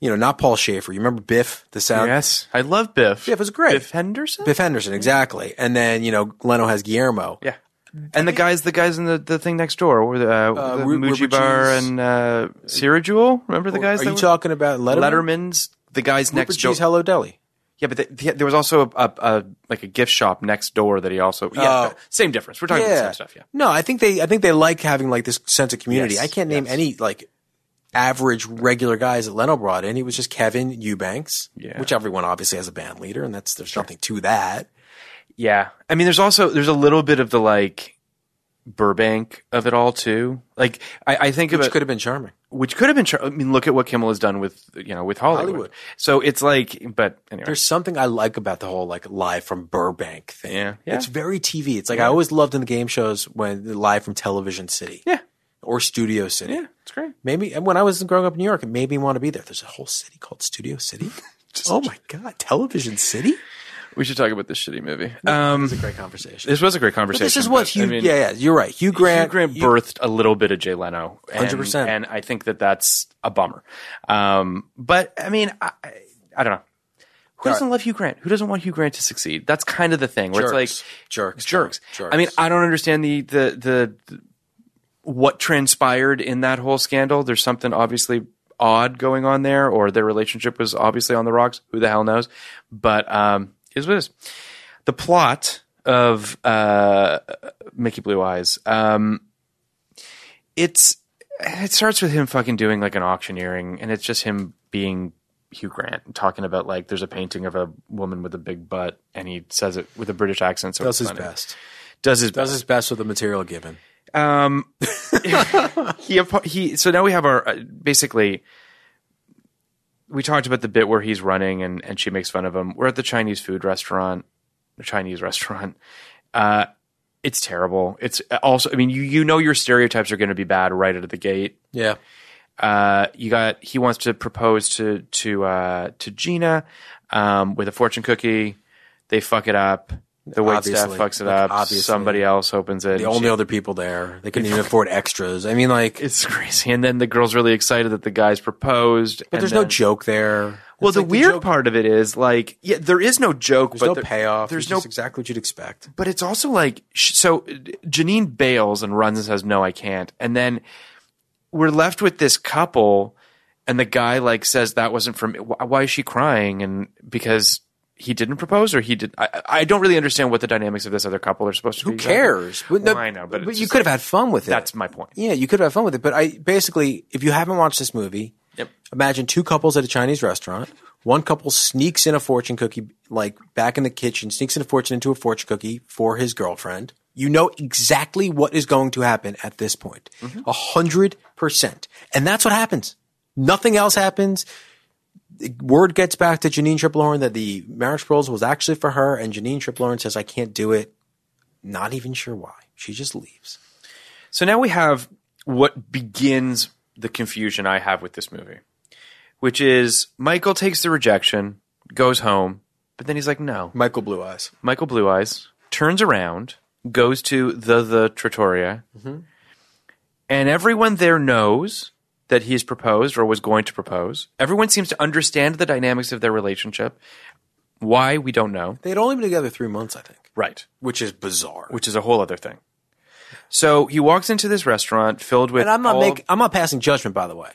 C: you know, not Paul Schaefer. You remember Biff, the sound
D: yes, I love Biff.
C: Biff was great.
D: Biff Henderson.
C: Biff Henderson, exactly. And then you know, Leno has Guillermo.
D: Yeah. And the guys, the guys in the, the thing next door, were the, uh, the
C: Ru-
D: Mujibar
C: Rubicue's-
D: and uh, Sirajul. Remember the guys?
C: Are
D: that
C: you
D: were-
C: talking about Letterman?
D: Letterman's? The guys next
C: Rupert G's
D: door.
C: Hello Deli.
D: Yeah, but the, the, there was also a, a, a like a gift shop next door that he also. Yeah,
C: Oh.
D: but same difference. We're talking about the same stuff. Yeah.
C: No, I think they I think they like having like this sense of community.
D: Yes,
C: I can't name any like average regular guys that Leno brought in. He was just Kevin Eubanks,
D: Yeah.
C: which everyone obviously has a band leader, and that's there's nothing to that.
D: Yeah. I mean, there's also there's a little bit of the like Burbank of it all too. Like I, I think
C: Which
D: about
C: could have been charming.
D: which could have been. Char- I mean, look at what Kimmel has done with you know with Hollywood.
C: Hollywood.
D: So it's like, but anyway,
C: There's something I like about the whole like live from Burbank thing.
D: Yeah. Yeah.
C: It's very TV. It's like I always loved in the game shows when the live from Television City.
D: Yeah.
C: Or Studio City.
D: yeah, it's great.
C: Maybe and when I was growing up in New York, it made me want to be there. There's a whole city called Studio City. oh my god, Television City?
D: We should talk about this shitty movie. Um,
C: Great conversation.
D: This was a great
C: But
D: conversation.
C: this is what
D: but,
C: Hugh.
D: I mean,
C: yeah, yeah, you're right. Hugh Grant.
D: Hugh Grant
C: you-
D: birthed a little bit of Jay Leno, and-
C: 100%.
D: and I think that that's a bummer. Um, but I mean, I, I- I don't know. Who doesn't love Hugh Grant? Who doesn't want Hugh Grant to succeed? That's kind of the thing where
C: Jerks.
D: it's like
C: Jerks,
D: jerks.
C: jerks.
D: I mean, I don't understand the the the, the what transpired in that whole scandal. There's something obviously odd going on there, or their relationship was obviously on the rocks. Who the hell knows? But um, is what it is. The plot of uh, Mickey Blue Eyes. Um, it's it starts with him fucking doing like an auctioneering, and it's just him being Hugh Grant and talking about like there's a painting of a woman with a big butt, and he says it with a British accent. So
C: does his
D: it's funny.
C: best.
D: Does his
C: Does
D: best.
C: his best with the material given.
D: Um, he apo- he. So now we have our uh, basically. We talked about the bit where he's running and, and she makes fun of him. We're at the Chinese food restaurant, the Chinese restaurant. Uh, it's terrible. It's uh, also, I mean, you you know your stereotypes are going to be bad right out of the gate.
C: Yeah.
D: Uh, you got he wants to propose to to uh, to Gina um, with a fortune cookie. They fuck it up. The wait staff
C: Obviously.
D: fucks it
C: Like,
D: up.
C: obviously.
D: Somebody else opens it.
C: The
D: and
C: only
D: she-
C: other people there, they couldn't even afford extras. I mean, like,
D: it's crazy. And then the girl's really excited that the guy's proposed.
C: but
D: and
C: there's no
D: then-
C: joke there.
D: Well,
C: It's
D: the
C: like
D: weird
C: joke-
D: part of it is like, yeah, there is no joke,
C: There's
D: but
C: no
D: there-
C: payoff.
D: There's
C: It's
D: no
C: just exactly what you'd expect.
D: but it's also like sh- so uh, Janine bails and runs and says no I can't and then we're left with this couple and the guy like says that wasn't from wh- why is she crying and because he didn't propose or he did I, I don't really understand what the dynamics of this other couple are supposed to
C: Who
D: be
C: cares? Well,
D: I know, but it's
C: you
D: just
C: could have
D: like-
C: had fun with it.
D: that's my point
C: yeah, you could have had fun with it. But I basically, if you haven't watched this movie,
D: Yep.
C: imagine two couples at a Chinese restaurant. One couple sneaks in a fortune cookie, like back in the kitchen, sneaks in a fortune into a fortune cookie for his girlfriend. You know exactly what is going to happen at this point. A hundred percent. And that's what happens. Nothing else happens. Word gets back to Janine Triplehorn that the marriage proposal was actually for her, and Janine Triplehorn says, I can't do it. Not even sure why. She just leaves.
D: so now we have what begins the confusion I have with this movie, which is Michael takes the rejection, goes home, but then he's like, no.
C: Michael Blue Eyes.
D: Michael Blue Eyes turns around, goes to the the trattoria, and everyone there knows that he's proposed or was going to propose. Everyone seems to understand the dynamics of their relationship. Why we don't know.
C: They had only been together three months, I think,
D: Right.
C: which is bizarre.
D: Which is a whole other thing. So he walks into this restaurant filled with.
C: and I'm not
D: all-
C: make, I'm not passing judgment, by the way.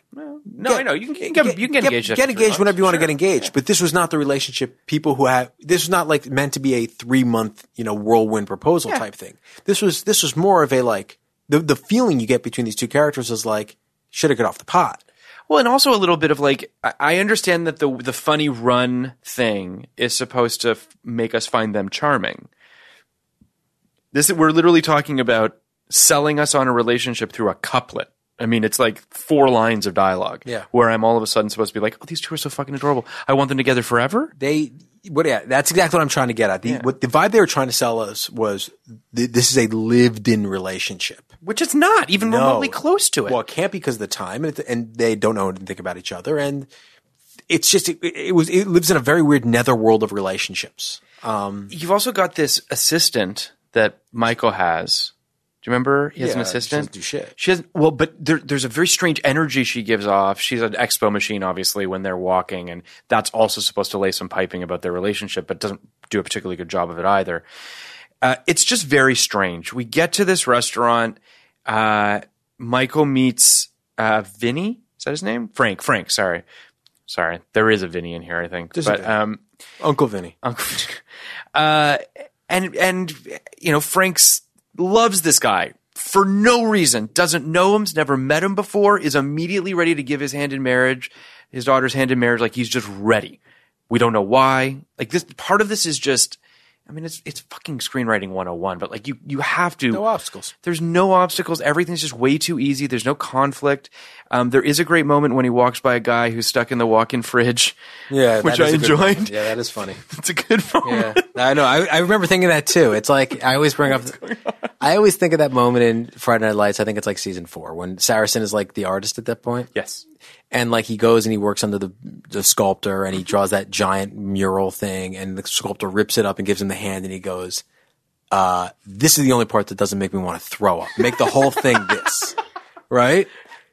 D: No, I know you can, you can get, you can get, engaged. after
C: Get
D: three
C: engaged
D: months.
C: whenever you want to
D: Sure.
C: get engaged. But this was not the relationship people who have. This was not like meant to be a three month, you know, whirlwind proposal type thing. This was this was more of a like the the feeling you get between these two characters is like should have got off the pot.
D: Well, and also a little bit of like I- I understand that the the funny run thing is supposed to f- make us find them charming. This we're literally talking about selling us on a relationship through a couplet. I mean, it's like four lines of dialogue.
C: Yeah.
D: Where I'm all of a sudden supposed to be like, "Oh, these two are so fucking adorable. I want them together forever."
C: They what? Yeah, that's exactly what I'm trying to get at. The, What the vibe they were trying to sell us was th- this is a lived in relationship.
D: Which it's not even
C: No.
D: remotely close to it.
C: Well, it can't because of the time, and, it, and they don't know anything about each other, and it's just it, it was it lives in a very weird netherworld of relationships. Um,
D: You've also got this assistant that Michael has. Do you remember? He has an
C: Yeah, she
D: assistant.
C: doesn't do shit.
D: She has well, but there, there's a very strange energy she gives off. She's an expo machine, obviously, when they're walking, and that's also supposed to lay some piping about their relationship, but doesn't do a particularly good job of it either. Uh, it's just very strange. We get to this restaurant. Uh, Michael meets uh, Vinny. Is that his name? Frank. Frank. Sorry, sorry. There is a Vinny in here, I think.
C: There's a
D: but
C: Vinny.
D: um,
C: Uncle Vinny.
D: Uncle- uh, and and you know Frank's loves this guy for no reason. Doesn't know him. Has never met him before. Is immediately ready to give his hand in marriage, his daughter's hand in marriage. Like he's just ready. We don't know why. Like this part of this is just. I mean, it's it's fucking screenwriting 101, but like you you have to
C: No obstacles.
D: there's no obstacles. Everything's just way too easy. There's no conflict. Um, there is a great moment when he walks by a guy who's stuck in the walk-in fridge.
C: Yeah,
D: which
C: that
D: I
C: is a good one.
D: enjoyed.
C: Yeah, that is funny.
D: It's a good moment.
C: Yeah, I know. I, I remember thinking that too. It's like I always bring up. I always think of that moment in Friday Night Lights. I think it's like season four when Saracen is like the artist at that point.
D: Yes.
C: and like he goes and he works under the the sculptor and he draws that giant mural thing and the sculptor rips it up and gives him the hand and he goes uh, this is the only part that doesn't make me want to throw up make the whole thing this right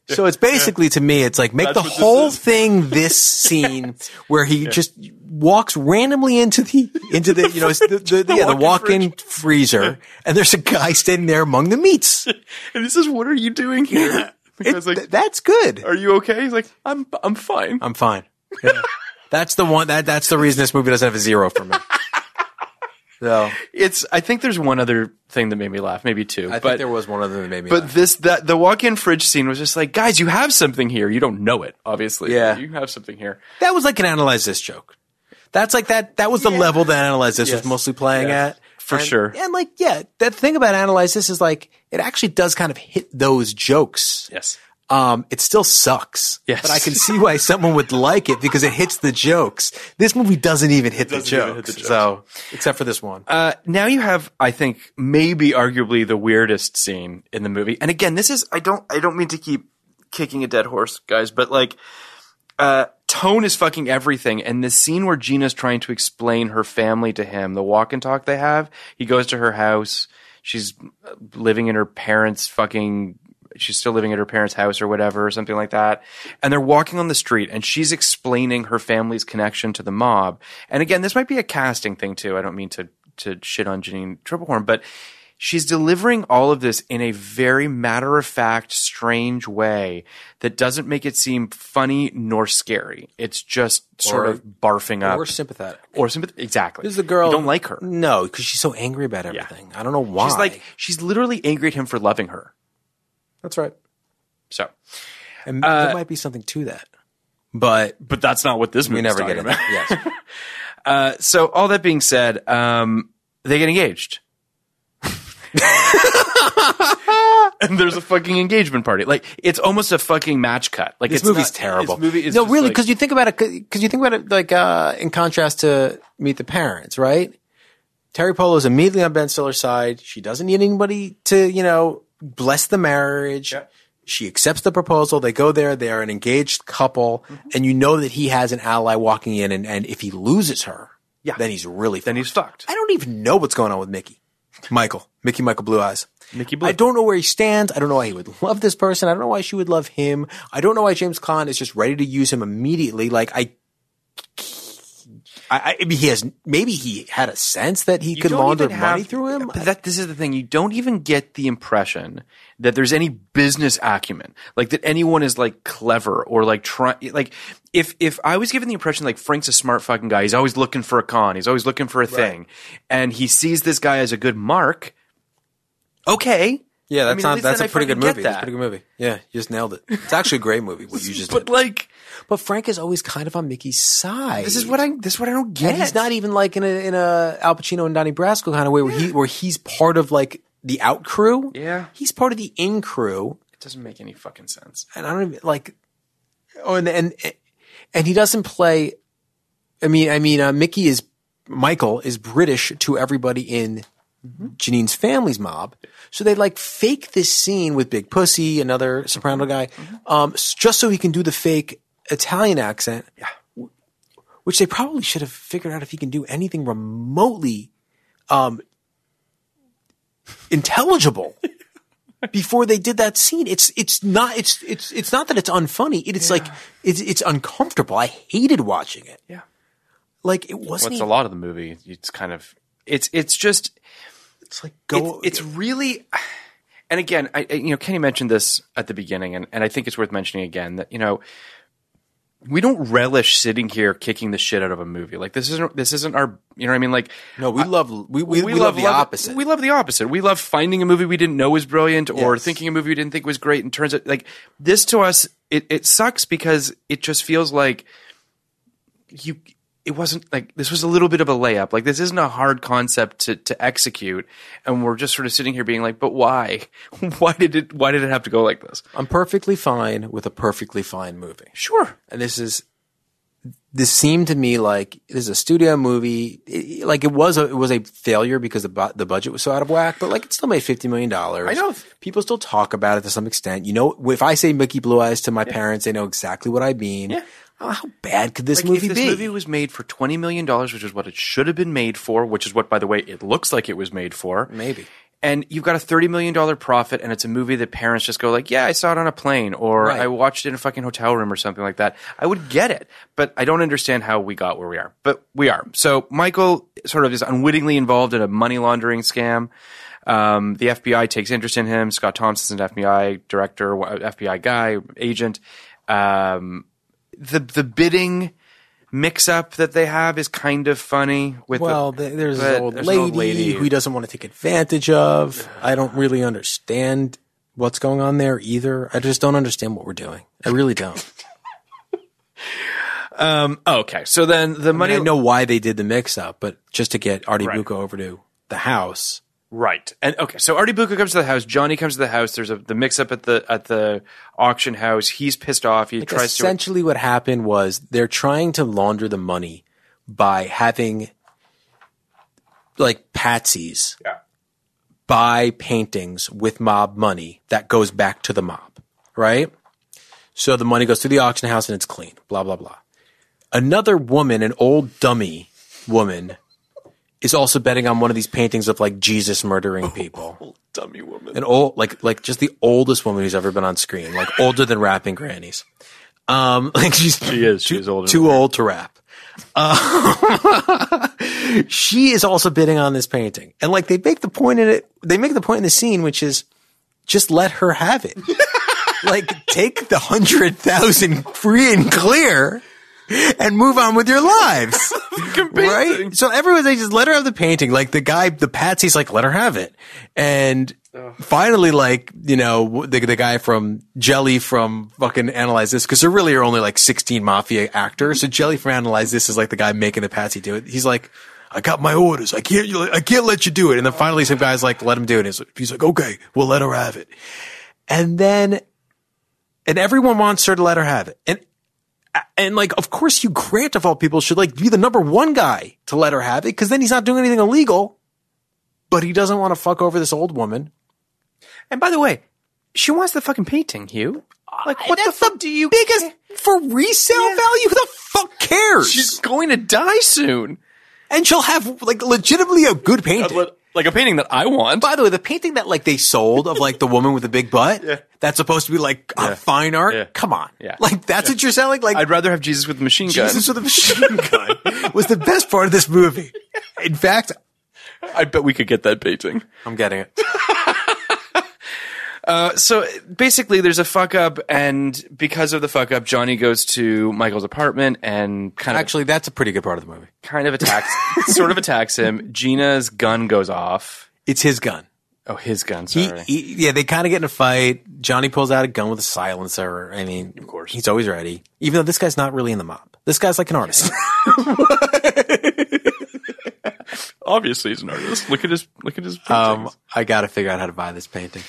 C: so it's basically to me it's like make the whole thing this scene where he just walks randomly into the into the you know the, the, yeah, the walk-in freezer and there's a guy standing there among the meats
D: And he says, "What are you doing here?"
C: It-
D: Because like,
C: th- that's good
D: "Are you okay?" He's like, "I'm I'm fine."
C: I'm fine. that's the one. That that's the reason this movie doesn't have a zero for me. So
D: It's. I think there's one other thing that made me laugh, maybe two.
C: I
D: but
C: think there was one other that made me.
D: but
C: laugh.
D: this that the walk-in fridge scene was just like, guys, you have something here. You don't know it, obviously.
C: Yeah.
D: you have something here.
C: that was like an analyze this joke. That's like that. That was the level that analyze this was mostly playing
D: Yeah.
C: at
D: For
C: And-
D: sure.
C: And like yeah, that thing about analyze this is like it actually does kind of hit those jokes.
D: Yes.
C: Um, it still sucks.
D: Yes.
C: But I can see why someone would like it because it hits the jokes. This movie doesn't even hit, the,
D: Doesn't
C: jokes,
D: even hit the jokes.
C: So except for this one.
D: Uh, now you have, I think, maybe arguably the weirdest scene in the movie. And again, this is I don't I don't mean to keep kicking a dead horse, guys, but like uh, tone is fucking everything. And the scene where Gina's trying to explain her family to him, the walk and talk they have, he goes to her house. She's uh, living in her parents' fucking. She's still living at her parents' house or whatever, or something like that. And they're walking on the street, and she's explaining her family's connection to the mob. And again, this might be a casting thing too. I don't mean to to shit on Janine Triplehorn, but she's delivering all of this in a very matter of fact, strange way that doesn't make it seem funny nor scary. It's just sort
C: Or-
D: of barfing up
C: We're sympathetic.
D: or sympath- Exactly.
C: This is the girl.
D: You don't like her.
C: No, because she's so angry about
D: Yeah.
C: everything. I don't know why.
D: She's like she's literally angry at him for loving her.
C: that's right.
D: So,
C: And
D: uh,
C: there might be something to that, but
D: but that's not what this
C: we
D: movie.
C: never get it.
D: about.
C: Yes,
D: Uh, so all that being said, um, they get engaged. and there's a fucking engagement party. Like it's almost a fucking match cut. Like
C: this
D: it's
C: movie's
D: not-
C: terrible.
D: This movie is
C: no,
D: just
C: really,
D: like-
C: because you think about it. Because you think about it, like uh, in contrast to Meet the Parents, right? Terry Polo is immediately on Ben Stiller's side. She doesn't need anybody to, you know, bless the marriage. She accepts the proposal. They go there. They are an engaged couple.
D: Mm-hmm.
C: And you know that he has an ally walking in. And, and if he loses her,
D: Yeah.
C: then he's really
D: Then
C: fucked.
D: he's fucked.
C: I don't even know what's going on with Mickey. Michael. Mickey Michael Blue Eyes.
D: Mickey Blue.
C: I don't know where he stands. I don't know why he would love this person. I don't know why she would love him. I don't know why James Caan is just ready to use him immediately. Like I, I, I mean, he has maybe he had a sense that he
D: You
C: could
D: don't
C: launder
D: even have-
C: money through him.
D: But that, this is the thing. You don't even get the impression that there's any business acumen, like that anyone is like clever or like trying. Like if if I was given the impression like Frank's a smart fucking guy, he's always looking for a con, he's always looking for a thing, and he sees this guy as a good mark. Okay.
C: yeah,
D: I
C: that's
D: mean, at
C: not,
D: least
C: that's
D: then
C: a
D: I
C: pretty good
D: fucking get
C: movie. That's a
D: that.
C: pretty good movie. Yeah, you just nailed it. It's actually a great movie. What you just
D: But
C: did.
D: like,
C: but Frank is always kind of on Mickey's side.
D: this is what I this is what I don't get.
C: And he's not e- even like in a in a Al Pacino and Donnie Brasco kind of way where he where he's part of like the out crew.
D: Yeah.
C: he's part of the in crew,
D: It doesn't make any fucking sense.
C: and I don't even like. Oh, and and and he doesn't play. I mean, I mean, uh, Mickey is Michael is British to everybody in Janine's family's mob, so they like fake this scene with Big Pussy, another Soprano guy, um, s- just so he can do the fake Italian accent. Yeah. Which they probably should have figured out if he can do anything remotely um, intelligible before they did that scene. It's it's not it's it's it's not that it's unfunny. It is like it's it's uncomfortable. I hated watching it.
D: Yeah.
C: Like it wasn't.
D: What's
C: even-
D: a lot of the movie? It's kind of it's it's just
C: It's like go.
D: It's, it's really, and again, I, I- you know, Kenny mentioned this at the beginning, and, and I think it's worth mentioning again that you know we don't relish sitting here kicking the shit out of a movie. Like this isn't this isn't our you know what I mean like.
C: no. We love we we, we love, the opposite.
D: We love the opposite. We love finding a movie we didn't know was brilliant or
C: Yes.
D: thinking a movie we didn't think was great and turns out like this to us it, it sucks because it just feels like you it wasn't like this was a little bit of a layup. Like this isn't a hard concept to to execute and we're just sort of sitting here being like, but why? why did it why did it have to go like this?
C: I'm perfectly fine with a perfectly fine movie.
D: Sure.
C: and this is this seemed to me like this is a studio movie. It- like it was a it was a failure because the bu- the budget was so out of whack, but like it still made fifty million dollars.
D: I know.
C: people still talk about it to some extent. You know, if I say Mickey Blue Eyes to my parents, they know exactly what I mean. Uh, How bad could this
D: Like,
C: movie
D: if this
C: be?
D: movie was made for twenty million dollars, which is what it should have been made for, which is what by the way it looks like it was made for.
C: Maybe.
D: and you've got a $30 million profit and it's a movie that parents just go like yeah i saw it on a plane or
C: Right.
D: i watched it in a fucking hotel room or something like that i would get it but i don't understand how we got where we are but we are so michael sort of is unwittingly involved in a money laundering scam um, the fbi takes interest in him scott thompson's an fbi director wa- fbi guy agent um, the, the bidding mix up that they have is kind of funny with
C: well,
D: the,
C: th- there's
D: but
C: an old,
D: there's
C: lady
D: an old lady
C: who he doesn't want to take advantage of. I don't really understand what's going on there either. I just don't understand what we're doing. I really don't.
D: Um, okay. So then the
C: I, mean,
D: money.
C: I know why they did the mix up, but just to get Artie Bucco over to the house.
D: Right. And okay. So Artie Bucco comes to the house. Johnny comes to the house. There's a, the mix up at the, at the auction house. He's pissed off. He
C: Like,
D: tries to.
C: essentially, what happened was they're trying to launder the money by having like patsies
D: Yeah.
C: buy paintings with mob money that goes back to the mob, right? So the money goes through the auction house and it's clean. Blah blah blah. Another woman, an old dummy woman, is also betting on one of these paintings of like Jesus murdering people.
D: Dummy woman.
C: an old like like just the oldest woman who's ever been on screen, like older than rapping grannies. Um, like she's she
D: is.
C: too,
D: She's older
C: too
D: than
C: old to rap. Uh, she is also bidding on this painting, and like they make the point in it, they make the point in the scene, which is just let her have it. like take the hundred thousand free and clear. And move on with your lives, right? So everyone's like, just let her have the painting. Like the guy, the Patsy's like, let her have it. And finally, like you know, the the guy from Jelly from fucking Analyze This, because there really are only like sixteen mafia actors. So Jelly from Analyze This is like the guy making the Patsy do it. He's like, I got my orders. I can't, I can't let you do it. And then finally, some guy's like, let him do it. He's like- He's like, okay, we'll let her have it. And then, and everyone wants her to let her have it. And and like, of course, Hugh Grant of all people should like be the number one guy to let her have it because then he's not doing anything illegal. But he doesn't want to fuck over this old woman.
D: And by the way, She wants the fucking painting, Hugh. Like, what the
C: That's
D: fuck do you
C: biggest
D: care?
C: for resale value? Who the fuck cares?
D: She's going to die soon.
C: and she'll have like legitimately a good painting.
D: Like a painting that I want.
C: By the way, the painting that like they sold of like the woman with the big butt, that's supposed to be like a fine art.
D: Yeah.
C: Come on,
D: Yeah.
C: like that's what you're selling. Like
D: I'd rather have Jesus with the machine gun.
C: Jesus with a machine gun was the best part of this movie. In fact,
D: I bet we could get that painting.
C: I'm getting it.
D: so basically there's a fuck up and because of the fuck up johnny goes to michael's apartment and kind of
C: Actually, that's a pretty good part of the movie.
D: kind of attacks sort of attacks him gina's gun goes off
C: It's his gun.
D: oh his gun
C: He,
D: sorry
C: he- yeah, they kind of get in a fight. Johnny pulls out a gun with a silencer. I mean, of course, he's always ready. Even though this guy's not really in the mob, this guy's like an artist.
D: obviously he's an artist look at his look at his
C: Um, I got to figure out how to buy this painting.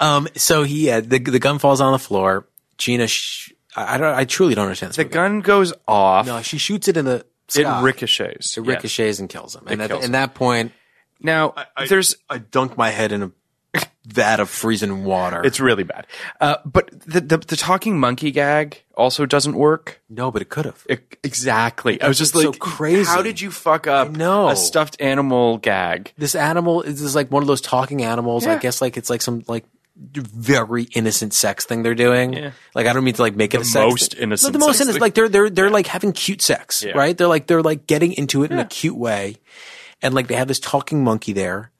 C: Um, so he uh, the the gun falls on the floor. Gina, sh- I I don't. I truly don't understand this.
D: the
C: movie.
D: gun goes off
C: No, she shoots it in the
D: it
C: sky.
D: ricochets
C: It ricochets and kills him. And at,
D: kills
C: in
D: him.
C: that point,
D: Yeah. now there's
C: I dunk my head in a vat of freezing water.
D: it's really bad uh, but the, the the talking monkey gag also doesn't work
C: no, but it could have.
D: Ex- Exactly. I was just
C: It's
D: like,
C: so crazy.
D: How did you fuck up
C: know.
D: a stuffed animal gag?
C: This animal is is like one of those talking animals. I guess like it's like some like very innocent sex thing they're doing. Like I don't mean to like make it a sex
D: most
C: thing.
D: innocent
C: No, the most
D: sex
C: innocent.
D: thing.
C: Like they're they're they're like having cute sex,
D: Yeah.
C: right? They're like they're like getting into it in a cute way, and like they have this talking monkey there.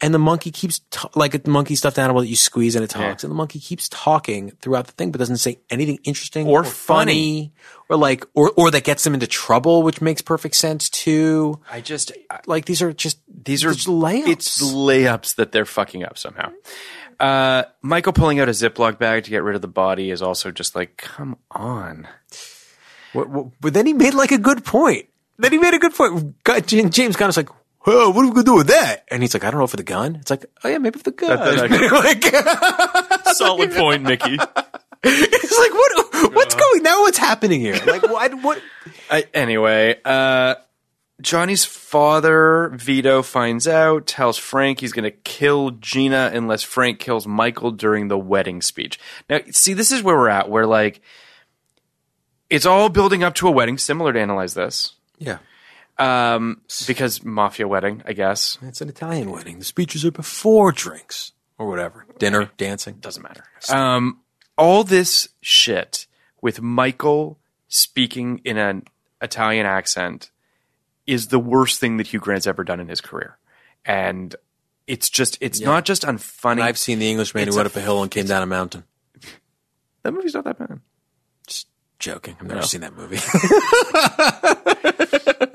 C: And the monkey keeps t- like a monkey stuffed animal that you squeeze and it talks, and the monkey keeps talking throughout the thing, but doesn't say anything interesting
D: Or
C: funny, or like or or that gets them into trouble, which makes perfect sense too.
D: I just
C: Like these are just
D: these are
C: just layups.
D: It's layups that they're fucking up somehow. Uh, Michael pulling out a Ziploc bag to get rid of the body is also just like, come on.
C: What, what, but then he made like a good point. Then he made a good point. God, J- James kind of like, well, what are we gonna do with that? And he's like, I don't know for the gun. It's like, oh yeah, maybe for the gun.
D: That-
C: like,
D: Solid point, Mickey.
C: it's like what? What's going now? What's happening here? Like, why? What?
D: I, anyway, uh, Johnny's father, Vito, finds out, tells Frank he's going to kill Gina unless Frank kills Michael during the wedding speech. Now, see, this is where we're at, where like it's all building up to a wedding, similar to Analyze This,
C: Yeah,
D: um, because Mafia wedding, I guess.
C: it's an Italian wedding. The speeches are before drinks or whatever, dinner, dancing.
D: Doesn't matter. Um, all this shit with Michael speaking in an Italian accent is the worst thing that Hugh Grant's ever done in his career, and it's just it's not just unfunny.
C: I've seen the Englishman
D: It's
C: who went
D: a-
C: up Um, a hill and came down a mountain.
D: that movie's not that bad.
C: Joking. I've never seen that movie.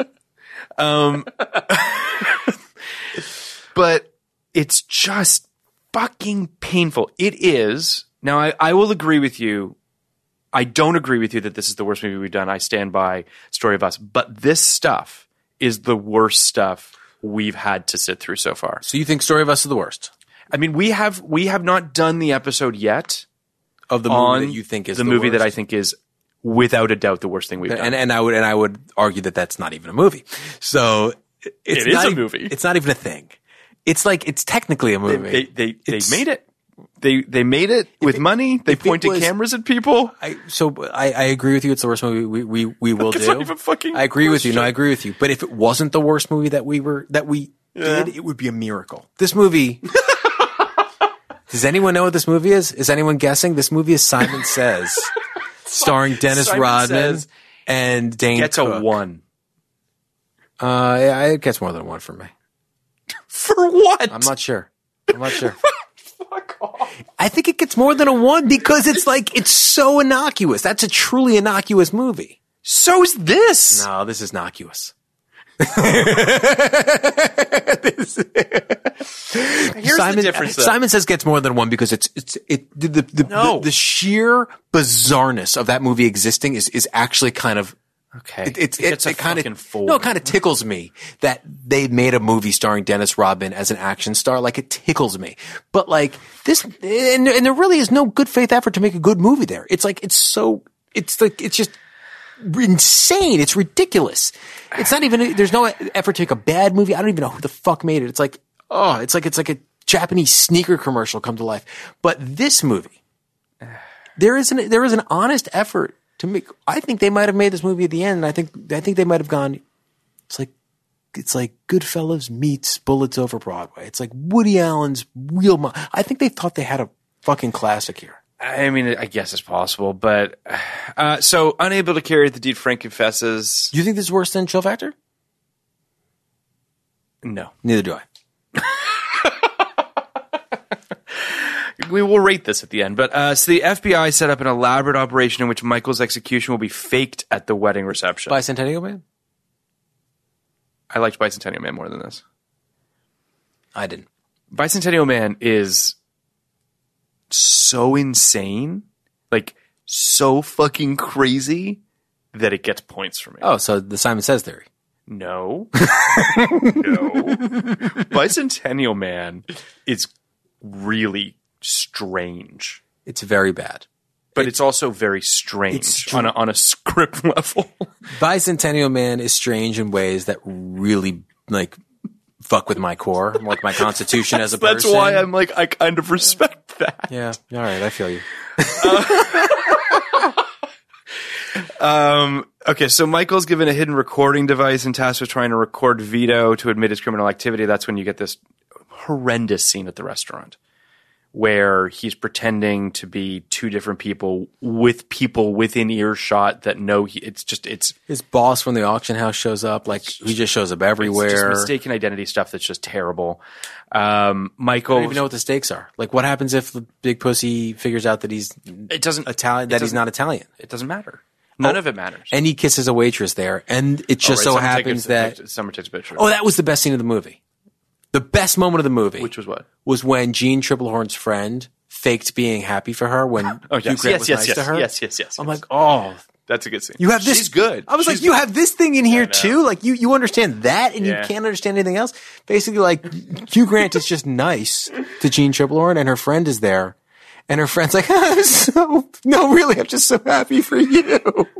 D: Um, but it's just fucking painful. It is. Now, I, I will agree with you. I don't agree with you that this is the worst movie we've done. I stand by Story of Us. But this stuff is the worst stuff we've had to sit through so far.
C: so you think Story of Us is the worst
D: I mean, we have we have not done the episode yet
C: of the
D: on
C: movie that you think is
D: the, movie that I
C: worst?
D: think is without a doubt the worst thing we've done.
C: and and I would and I would argue that that's not even a movie. So it's
D: It is
C: not
D: a
C: e-
D: movie.
C: It's not even a thing. It's like it's technically a movie.
D: they they, they
C: It's-
D: made it. They they made it with
C: it-
D: money. They
C: if it
D: pointed
C: was-
D: cameras at people.
C: I, so I, I agree with you. It's the worst movie we we, we will
D: it's
C: do.
D: not even fucking
C: I agree with you. No,
D: question.
C: I agree with you. But if it wasn't the worst movie that we were that we did, it would be a miracle. This movie. does anyone know what this movie is? Is anyone guessing? This movie is Simon Says, starring Dennis
D: Simon
C: Rodman
D: Says
C: and Dane.
D: Gets
C: Cook.
D: a one
C: Uh, yeah, it gets more than one for me.
D: for what?
C: I'm not sure. I'm not sure. Fuck off. I think it gets more than a one because it's like it's so innocuous. That's a truly innocuous movie.
D: so is this?
C: No, this is innocuous.
D: Here's
C: Simon,
D: the difference. Though.
C: Simon says gets more than one because it's it's it the the, the,
D: No.
C: the the sheer bizarreness of that movie existing is is actually kind of
D: okay,
C: it, it's
D: it,
C: it,
D: gets a
C: it kind
D: fucking
C: of
D: four.
C: no, it kind of tickles me that they made a movie starring Dennis Rodman as an action star. Like it tickles me, but like this, and, and there really is no good faith effort to make a good movie there. It's like it's so, it's like it's just insane. It's ridiculous. It's not even. There's no effort to make a bad movie. I don't even know who the fuck made it. It's like oh, it's like it's like a Japanese sneaker commercial come to life. But this movie, there is an there is an honest effort to make. I think they might have made this movie at the end, and I think I think they might have gone. It's like it's like Goodfellas meets Bullets Over Broadway. It's like Woody Allen's real. Mo- I think they thought they had a fucking classic here.
D: I mean, I guess it's possible, but uh, so unable to carry the deed, Frank confesses.
C: Do you think this is worse than Chill Factor?
D: No,
C: Neither do I.
D: we will rate this at the end. But uh, so the FBI set up an elaborate operation in which Michael's execution will be faked at the wedding reception.
C: Bicentennial Man?
D: I liked Bicentennial Man more than this.
C: I didn't.
D: Bicentennial Man is so insane, like so fucking crazy that it gets points for me.
C: Oh, so the Simon Says theory.
D: No. no. Bicentennial Man is really strange,
C: It's very bad.
D: but it's also very strange
C: It's str-
D: on, a, on a script level.
C: Bicentennial Man is strange in ways that really like fuck with my core, like my constitution as a
D: That's
C: person.
D: why I'm like, I kind of respect that.
C: Yeah. All right. I feel you.
D: Um, okay, so Michael's given a hidden recording device and tasked with trying to record Vito to admit his criminal activity. That's when you get this horrendous scene at the restaurant where he's pretending to be two different people with people within earshot that know he. It's just it's,
C: His boss from the auction house shows up. Like he just shows up
D: it's just
C: everywhere. I
D: mistaken identity stuff that's just terrible. Um,
C: don't
D: Michael,
C: even know what the stakes are. Like, what happens if the big pussy figures out that he's
D: it doesn't
C: Italian? That he's
D: doesn't-
C: not Italian.
D: It doesn't matter. None of it matters.
C: And he kisses a waitress there, and it
D: Oh, right,
C: just so
D: someone take a-
C: happens that
D: take- someone takes a picture.
C: oh, that was the best scene of the movie. The best moment of the movie,
D: which was what?
C: was when Gene Triplehorn's friend faked being happy for her when
D: Oh
C: Hugh
D: yes,
C: Grant
D: yes,
C: was
D: yes,
C: nice
D: yes,
C: to her.
D: yes, yes, yes.
C: I'm
D: yes.
C: like, oh,
D: That's a good scene.
C: you have this.
D: She's good.
C: I was
D: She's
C: like, you have this thing in here
D: know.
C: too. Like you, you understand that, and
D: Yeah.
C: you can't understand anything else. Basically, like Hugh Grant is just nice to Gene Triplehorn, and her friend is there, and her friend's like, I'm so no, really, I'm just so happy for you.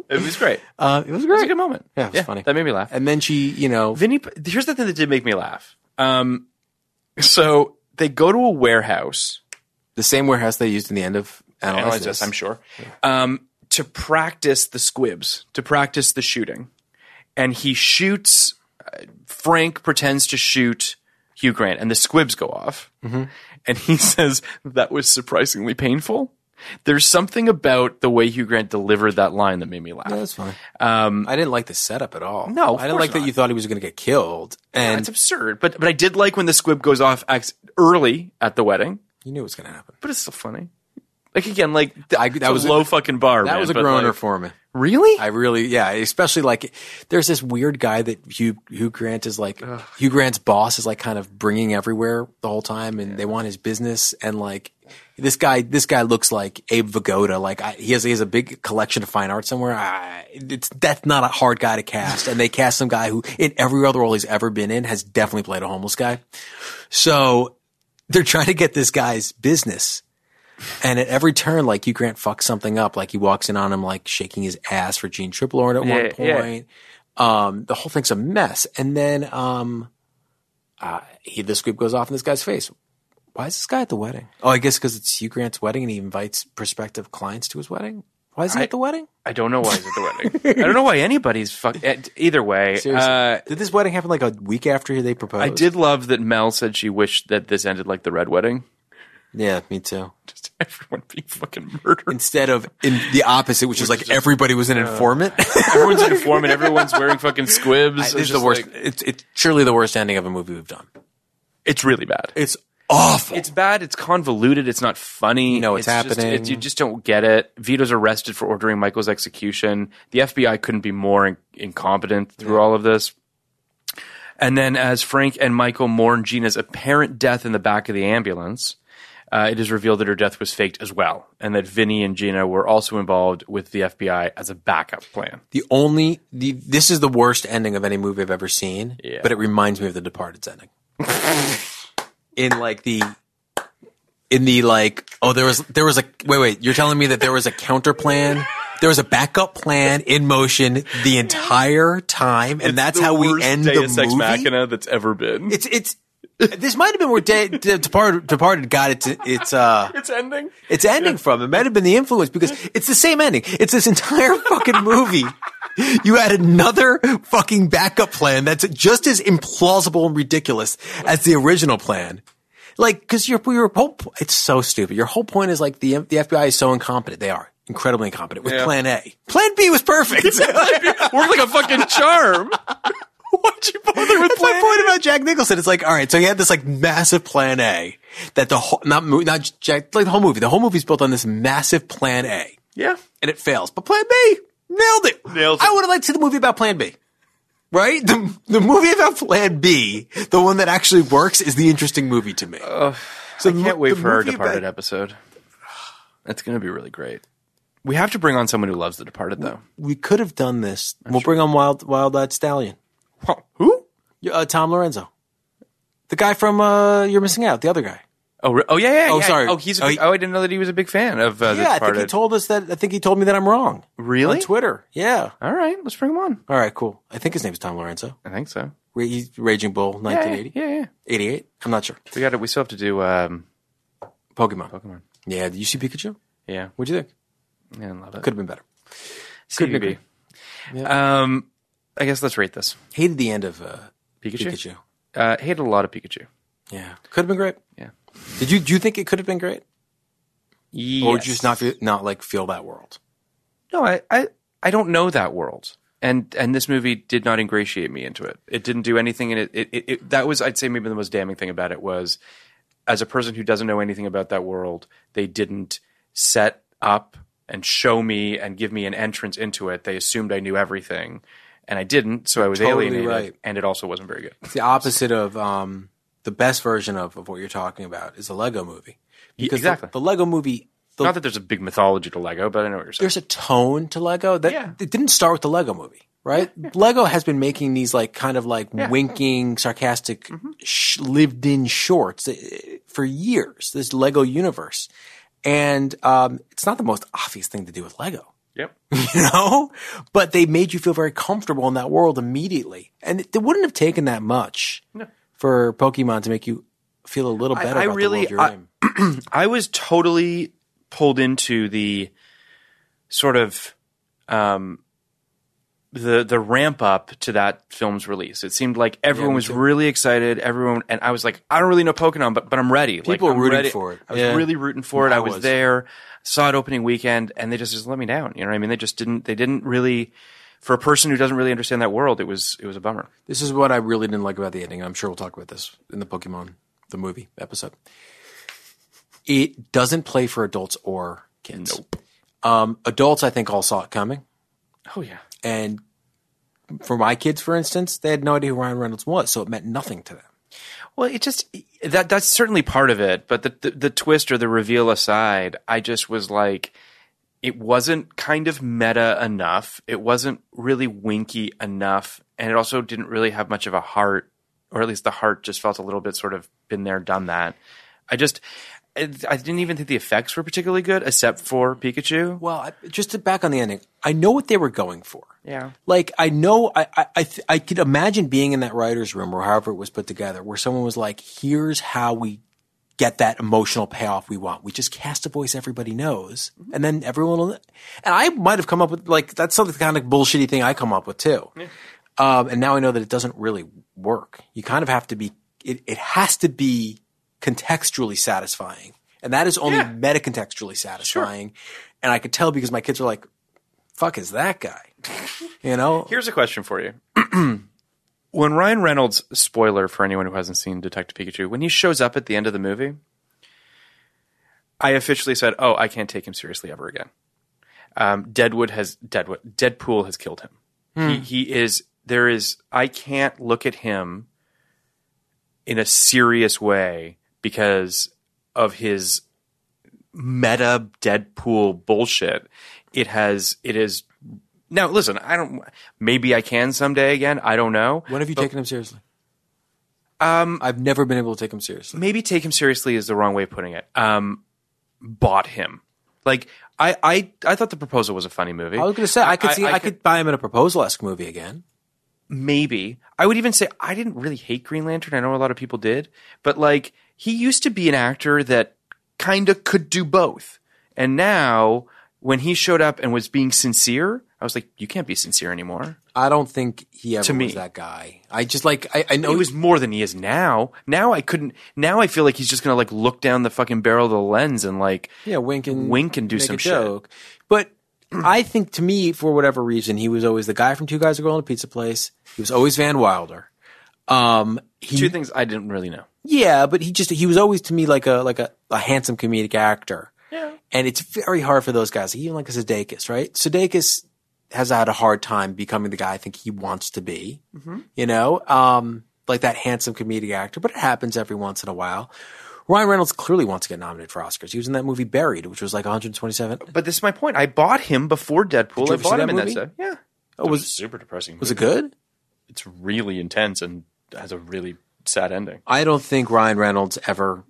D: It was great.
C: Uh, it was
D: It was a
C: great.
D: good moment.
C: Yeah, it was funny.
D: That made me laugh.
C: And then she, you know,
D: Vinny, here's the thing that did make me laugh. Um, so they go to a warehouse,
C: the same warehouse they used in the end of
D: analyze
C: Analysis.
D: this, I'm sure, um, to practice the squibs, to practice the shooting. And he shoots, uh, Frank pretends to shoot Hugh Grant, and the squibs go off.
C: Mm-hmm.
D: And he says, That was surprisingly painful. There's something about the way Hugh Grant delivered that line that made me laugh.
C: Yeah, that's fine. I didn't like the setup at all.
D: Um, No, of
C: I didn't
D: course
C: like that
D: not.
C: you thought he was going to get killed, and
D: It's absurd, but but I did like when the squib goes off ex- early at the wedding.
C: you knew it was going to happen.
D: But it's still funny. Like again, like th-
C: I-
D: it's
C: that was
D: a
C: a-
D: low fucking bar.
C: That
D: man,
C: was a
D: but,
C: groaner
D: like-
C: for me.
D: Really?
C: I really, yeah, especially like there's this weird guy that Hugh Hugh Grant is like Hugh Grant's boss is like kind of bringing everywhere the whole time, and they want his business, and like this guy, this guy looks like Abe Vigoda, like I, he has he has a big collection of fine art somewhere. I, it's that's not a hard guy to cast, and they cast some guy who in every other role he's ever been in has definitely played a homeless guy, so they're trying to get this guy's business. And at every turn, like Hugh Grant fucks something up. Like he walks in on him, like shaking his ass for Gene Triplehorn at one
D: Yeah, yeah.
C: point. Um, the whole thing's a mess. And then um, uh, he the scoop goes off in this guy's face. Why is this guy at the wedding? Oh, I guess because it's Hugh Grant's wedding, and he invites prospective clients to his wedding. Why is he
D: I-
C: at the wedding?
D: I don't know why he's at the wedding. I don't know why anybody's fuck. eh, Either way,
C: Seriously,
D: uh,
C: did this wedding happen like a week after they proposed?
D: I did love that Mel said she wished that this ended like the Red Wedding.
C: Yeah, me too.
D: Just everyone being fucking murdered.
C: Instead of in the opposite, which is like everybody was an informant.
D: Everyone's in uniform and everyone's wearing fucking squibs.
C: This
D: It's
C: is the
D: just
C: worst.
D: like-
C: it's, it's surely the worst ending of a movie we've done.
D: it's really bad.
C: It's awful.
D: It's bad. It's convoluted. It's not funny.
C: You know what's
D: just-
C: happening.
D: it's- you just don't get it. Vito's arrested for ordering Michael's execution. The FBI couldn't be more in- incompetent through all of this. And then, as Frank and Michael mourn Gina's apparent death in the back of the ambulance, uh, it is revealed that her death was faked as well, and that Vinny and Gina were also involved with the FBI as a backup plan.
C: the only the this is the worst ending of any movie I've ever seen.
D: Yeah.
C: But it reminds me of the Departed's ending. in like the in the like oh there was there was a wait wait you're telling me that there was a counter plan there was a backup plan in motion the entire time and that's how we end the
D: Deus Ex
C: movie
D: Machina that's ever been.
C: it's it's This might have been where De- De- Departed, Departed got its its uh
D: It's ending.
C: its ending from. It might have been the influence because it's the same ending. It's this entire fucking movie. You had another fucking backup plan that's just as implausible and ridiculous as the original plan. Like, because your your whole po- it's so stupid. Your whole point is like the M- the FBI is so incompetent. They are incredibly incompetent with Plan A. Plan B was perfect.
D: Worked like a fucking charm. Why'd you bother with
C: That's my point about Jack Nicholson. It's like, all right, so he had this like massive plan A that the whole, not, mo- not Jack, like the whole movie, the whole movie's built on this massive plan A
D: Yeah.
C: and it fails. But plan B, nailed it.
D: Nailed it.
C: I would have liked to see the movie about plan B. Right? The, the movie about plan B, the one that actually works, is the interesting movie to me. so
D: I can't wait for our Departed
C: About,
D: episode. That's going to be really great. We have to bring on someone who loves The Departed, though.
C: we could have done this. we'll bring on Wild Wild Eyed Stallion,
D: Who?
C: uh, Tom Lorenzo, the guy from uh, You're Missing Out, the other guy.
D: Oh, re- oh yeah, yeah,
C: Oh,
D: yeah.
C: sorry.
D: Oh, he's. A
C: Oh,
D: big,
C: he-
D: oh, I didn't know that he was a big fan of uh, The
C: Yeah, I
D: Departed.
C: think he told us that. I think he told me that I'm wrong.
D: Really?
C: On Twitter. Yeah.
D: All right, let's bring him on.
C: All right, cool. I think his name is Tom Lorenzo.
D: I think so.
C: Ra- he's Raging Bull,
D: Yeah,
C: 1980.
D: Yeah, yeah.
C: 88? I'm not sure.
D: We got to We still have to do. Um,
C: Pokemon.
D: Pokemon.
C: Yeah, did you see Pikachu?
D: yeah,
C: What'd you think?
D: yeah, I love it.
C: Could have been better.
D: Could
C: couldn't
D: be. Um, I guess let's rate this.
C: Hated the end of uh,
D: Pikachu.
C: Pikachu.
D: Uh, hated a lot of Pikachu.
C: Yeah. Could have been great.
D: Yeah.
C: Did you do you think it could have been great?
D: Yes.
C: Or did you just not feel, not like feel that world?
D: No, I, I I don't know that world. And and this movie did not ingratiate me into it. It didn't do anything and it, it, it, it that was I'd say maybe the most damning thing about it was as a person who doesn't know anything about that world, they didn't set up and show me and give me an entrance into it. They assumed I knew everything. And I didn't, so I was
C: Totally
D: alienated,
C: right.
D: and it also wasn't very good.
C: It's the opposite of um, the best version of, of what you're talking about is the Lego movie. Because the-
D: exactly.
C: the, Lego movie the,
D: Not that there's a big mythology to Lego, but I know what you're saying.
C: there's a tone to Lego that
D: Yeah.
C: it didn't start with the Lego movie, right? Lego has been making these like kind of like winking, sarcastic,
D: Mm-hmm.
C: sh- lived-in shorts eh, for years. This Lego universe, and um, it's not the most obvious thing to do with Lego,
D: Yep.
C: you know. But they made you feel very comfortable in that world immediately, and it, it wouldn't have taken that much for Pokemon to make you feel a little
D: I-
C: better.
D: I
C: about
D: really-
C: the world you're
D: I-
C: in.
D: I was totally pulled into the sort of um, the the ramp up to that film's release. It seemed like everyone was really excited. Everyone and I was like, I don't really know Pokemon, but but I'm ready. like,
C: People were
D: I'm
C: rooting
D: ready.
C: for it.
D: I was
C: Yeah.
D: really rooting for it.
C: I
D: I was,
C: was.
D: there. Saw it opening weekend, and they just just let me down. You know what I mean? They just didn't. They didn't really. For a person who doesn't really understand that world, it was it was a bummer.
C: This is what I really didn't like about the ending. and I'm sure we'll talk about this in the Pokemon the movie episode. It doesn't play for adults or kids. Nope. Um, adults, I think, all saw it coming,
D: Oh yeah,
C: and for my kids, for instance, they had no idea who Ryan Reynolds was, so it meant nothing to them.
D: Well, it just that that's certainly part of it, but the, the the twist or the reveal aside, I just was like, it wasn't kind of meta enough. It wasn't really winky enough, and it also didn't really have much of a heart, or at least the heart just felt a little bit sort of been there, done that. I just. I I didn't even think the effects were particularly good, except for Pikachu.
C: Well, I, just to back on the ending, I know what they were going for.
D: Yeah.
C: Like I know I I I, th- I could imagine being in that writers' room or however it was put together, where someone was like, "Here's how we get that emotional payoff we want. We just cast a voice everybody knows, and then everyone will." And I might have come up with like that's something kind of bullshitty thing I come up with too. Um, and now I know that it doesn't really work. You kind of have to be. It, it has to be contextually satisfying, and that is only meta contextually satisfying. And I could tell because my kids are like, "Fuck is that guy?" You know,
D: Here's a question for you. when Ryan Reynolds, spoiler for anyone who hasn't seen Detective Pikachu, when he shows up at the end of the movie, I officially said, "Oh, I can't take him seriously ever again." Um, Deadwood has Deadwood Deadpool has killed him. He he is there is I can't look at him in a serious way because of his meta Deadpool bullshit. It has it is now listen, I don't maybe I can someday again, I don't know.
C: When have you taken him seriously? Um, I've never been able to take him seriously.
D: maybe take him seriously is the wrong way of putting it. Um, bought him. Like I, I, I thought the proposal was a funny movie.
C: I was going to say I could see I, could,
D: could,
C: buy him in a proposal esque movie again.
D: maybe I would even say I didn't really hate Green Lantern. I know a lot of people did, but like he used to be an actor that kind of could do both. And now when he showed up and was being sincere, I was like, you can't be sincere anymore.
C: I don't think he ever
D: To me.
C: was that guy. I just like I, I know
D: He was more than he is now. Now I couldn't. Now I feel like he's just gonna like look down the fucking barrel of the lens and like
C: yeah wink and
D: wink and do
C: make
D: some
C: a
D: shit.
C: joke. But I think to me, for whatever reason, he was always the guy from Two Guys a Girl in a Pizza Place. He was always Van Wilder. Um, he,
D: Two things I didn't really know.
C: Yeah, but he just he was always to me like a like a, a handsome comedic actor. Yeah. And it's very hard for those guys, even like a Sudeikis, right? Sudeikis has had a hard time becoming the guy I think he wants to be.
D: Mm-hmm.
C: You know, um, like that handsome comedic actor, but it happens every once in a while. Ryan Reynolds clearly wants to get nominated for Oscars. He was in that movie Buried, which was like 127.
D: But this is my point. I bought him before
C: Did
D: Deadpool.
C: you
D: I
C: ever
D: bought
C: see
D: him
C: that
D: in
C: movie?
D: that stuff. Yeah.
C: Oh,
D: It
C: was-
D: super depressing.
C: Was it
D: movie.
C: good?
D: It's really intense and has a really sad ending.
C: I don't think Ryan Reynolds ever,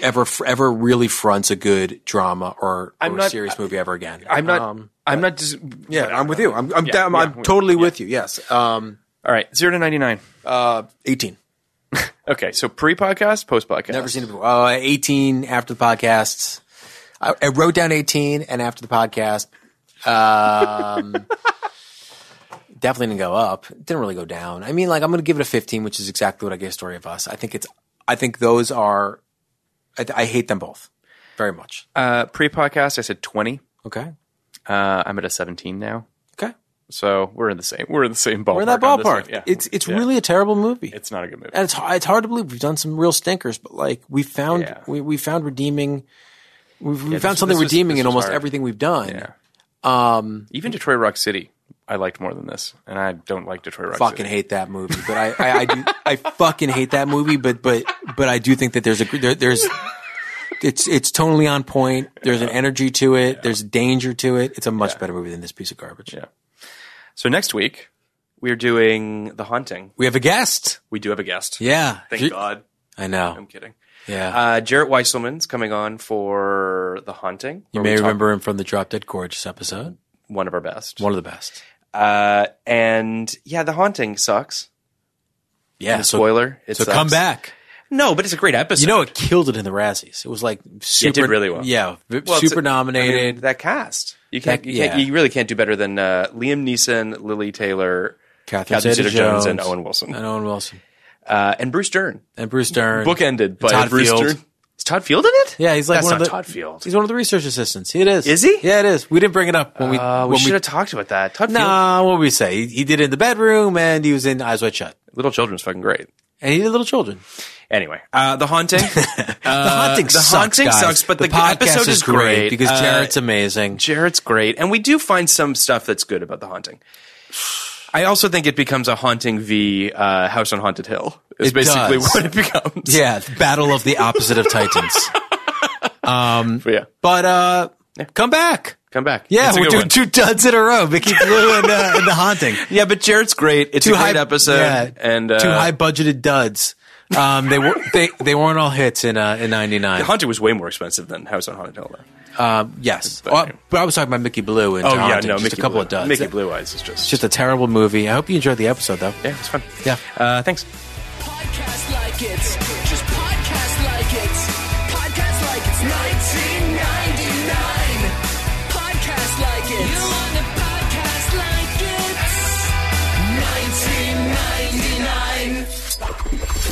C: ever, ever really fronts a good drama or,
D: I'm
C: or
D: not-
C: serious movie ever again.
D: I'm not.
C: Um,
D: I'm not. Dis-
C: Yeah, I'm with you. I'm I'm,
D: Yeah,
C: down- I'm
D: yeah.
C: totally with you. Yes. Um,
D: All right. Zero to ninety nine.
C: uh, 18.
D: Okay. So pre podcast, post podcast.
C: Never seen it before. Uh, 18 after the podcast. I, I wrote down 18 and after the podcast. Um, definitely didn't go up. Didn't really go down. I mean, like, I'm going to give it a 15, which is exactly what I gave Story of Us. I think it's, I think those are, I, I hate them both very much.
D: Uh, pre podcast, I said twenty.
C: Okay.
D: Uh, I'm at a seventeen now.
C: Okay.
D: So we're in the same. We're in the same ballpark.
C: We're in that
D: on this
C: ballpark.
D: one. Yeah.
C: It's, it's
D: Yeah.
C: really a terrible movie.
D: It's not a good movie.
C: and it's it's hard to believe we've done some real stinkers, but like we found
D: Yeah.
C: we, we found redeeming we've, we
D: Yeah,
C: found
D: this-
C: something
D: this was-
C: redeeming
D: this
C: in
D: was
C: almost
D: hard.
C: everything we've done.
D: Yeah.
C: Um,
D: Even Detroit Rock City, I liked more than this, and I don't like Detroit Rock
C: fucking
D: City.
C: hate that movie, but I, I, I do I fucking hate that movie, but but but I do think that there's a gr- there, there's it's it's totally on point. There's an energy to it. There's danger to it. It's a much better movie than this piece of garbage.
D: Yeah.
E: So next week we're doing The Haunting.
C: We have a guest.
E: We do have a guest.
C: Yeah,
E: Thank
C: You-
E: God.
C: I
E: I'm
C: know.
E: kidding.
C: Yeah,
E: Uh, Jarrett Weisselman's coming on for The Haunting.
C: you
E: where we
C: may
E: talk-
C: remember him from the Drop Dead Gorgeous episode.
E: one of our best.
C: One of the best.
E: Uh, and yeah, The Haunting sucks.
C: Yeah.
E: The
C: so-
E: spoiler. It
C: So
E: sucks.
C: come back.
E: No, but it's a great episode.
C: You know, it killed it in the Razzies. It was like super.
E: did really well.
C: Yeah, v-
E: Well, it's-
C: super nominated.
E: I mean, that cast. You can't.
C: That-
E: you, can't
C: yeah.
E: you really can't do better than uh, Liam Neeson, Lily Taylor,
C: Catherine
E: Zeta-Jones,
C: Zeta-Jones.
E: and Owen Wilson,
C: and Owen Wilson
E: uh, and Bruce Dern.
C: and Bruce Dern.
E: Bookended by
C: Todd
E: Bruce
C: Field.
E: Dern. Is Todd Field in it?
C: Yeah, he's like
E: That's
C: one
E: not
C: of the
E: Todd Field.
C: He's one of the research assistants. It is.
E: Is he?
C: Yeah, it is. We didn't bring it up when we.
E: Uh, we
C: when
E: should have talked about that. Todd Field.
C: Nah, what did we say? He, he did it in the bedroom, and he was in Eyes Wide Shut,
E: Little Children's fucking great.
C: and he did Little Children. Uh,
E: Anyway, uh, the haunting.
C: the haunting
E: the
C: sucks,
E: haunting
C: guys.
E: sucks, but the,
C: podcast
E: episode is
C: great,
E: great
C: because
E: Uh,
C: Jared's amazing.
E: Jared's great, and we do find some stuff that's good about the haunting. I also think it becomes a haunting v uh, House on Haunted Hill. Is
C: It
E: basically
C: does.
E: what it becomes.
C: Yeah, battle of the opposite of titans.
E: But yeah.
C: But uh, come back.
E: Come back.
C: Yeah,
E: It's a
C: we're
E: good
C: doing
E: one.
C: two duds in a row. Mickey Blue and, uh, and the haunting.
E: Yeah, but Jared's great. It's a great episode,
C: yeah,
E: and uh,
C: two high budgeted duds. Um, they were they they weren't all hits in uh, in '99.
E: The haunting was way more expensive than House on Haunted Hill. Though.
C: Um, yes, Oh, but I was talking about Mickey Blue and
E: Oh
C: the
E: yeah,
C: haunting,
E: no,
C: just
E: Mickey
C: a couple
E: Blue,
C: of duds.
E: Mickey
C: It's
E: Blue Eyes is just
C: just a terrible movie. I hope you enjoyed the episode though.
E: yeah, it's fun.
C: Yeah.
E: Uh, thanks.
B: Podcast like it's just podcast like it's podcast like it's 1999. Podcast like it's you want a podcast like it's 1999.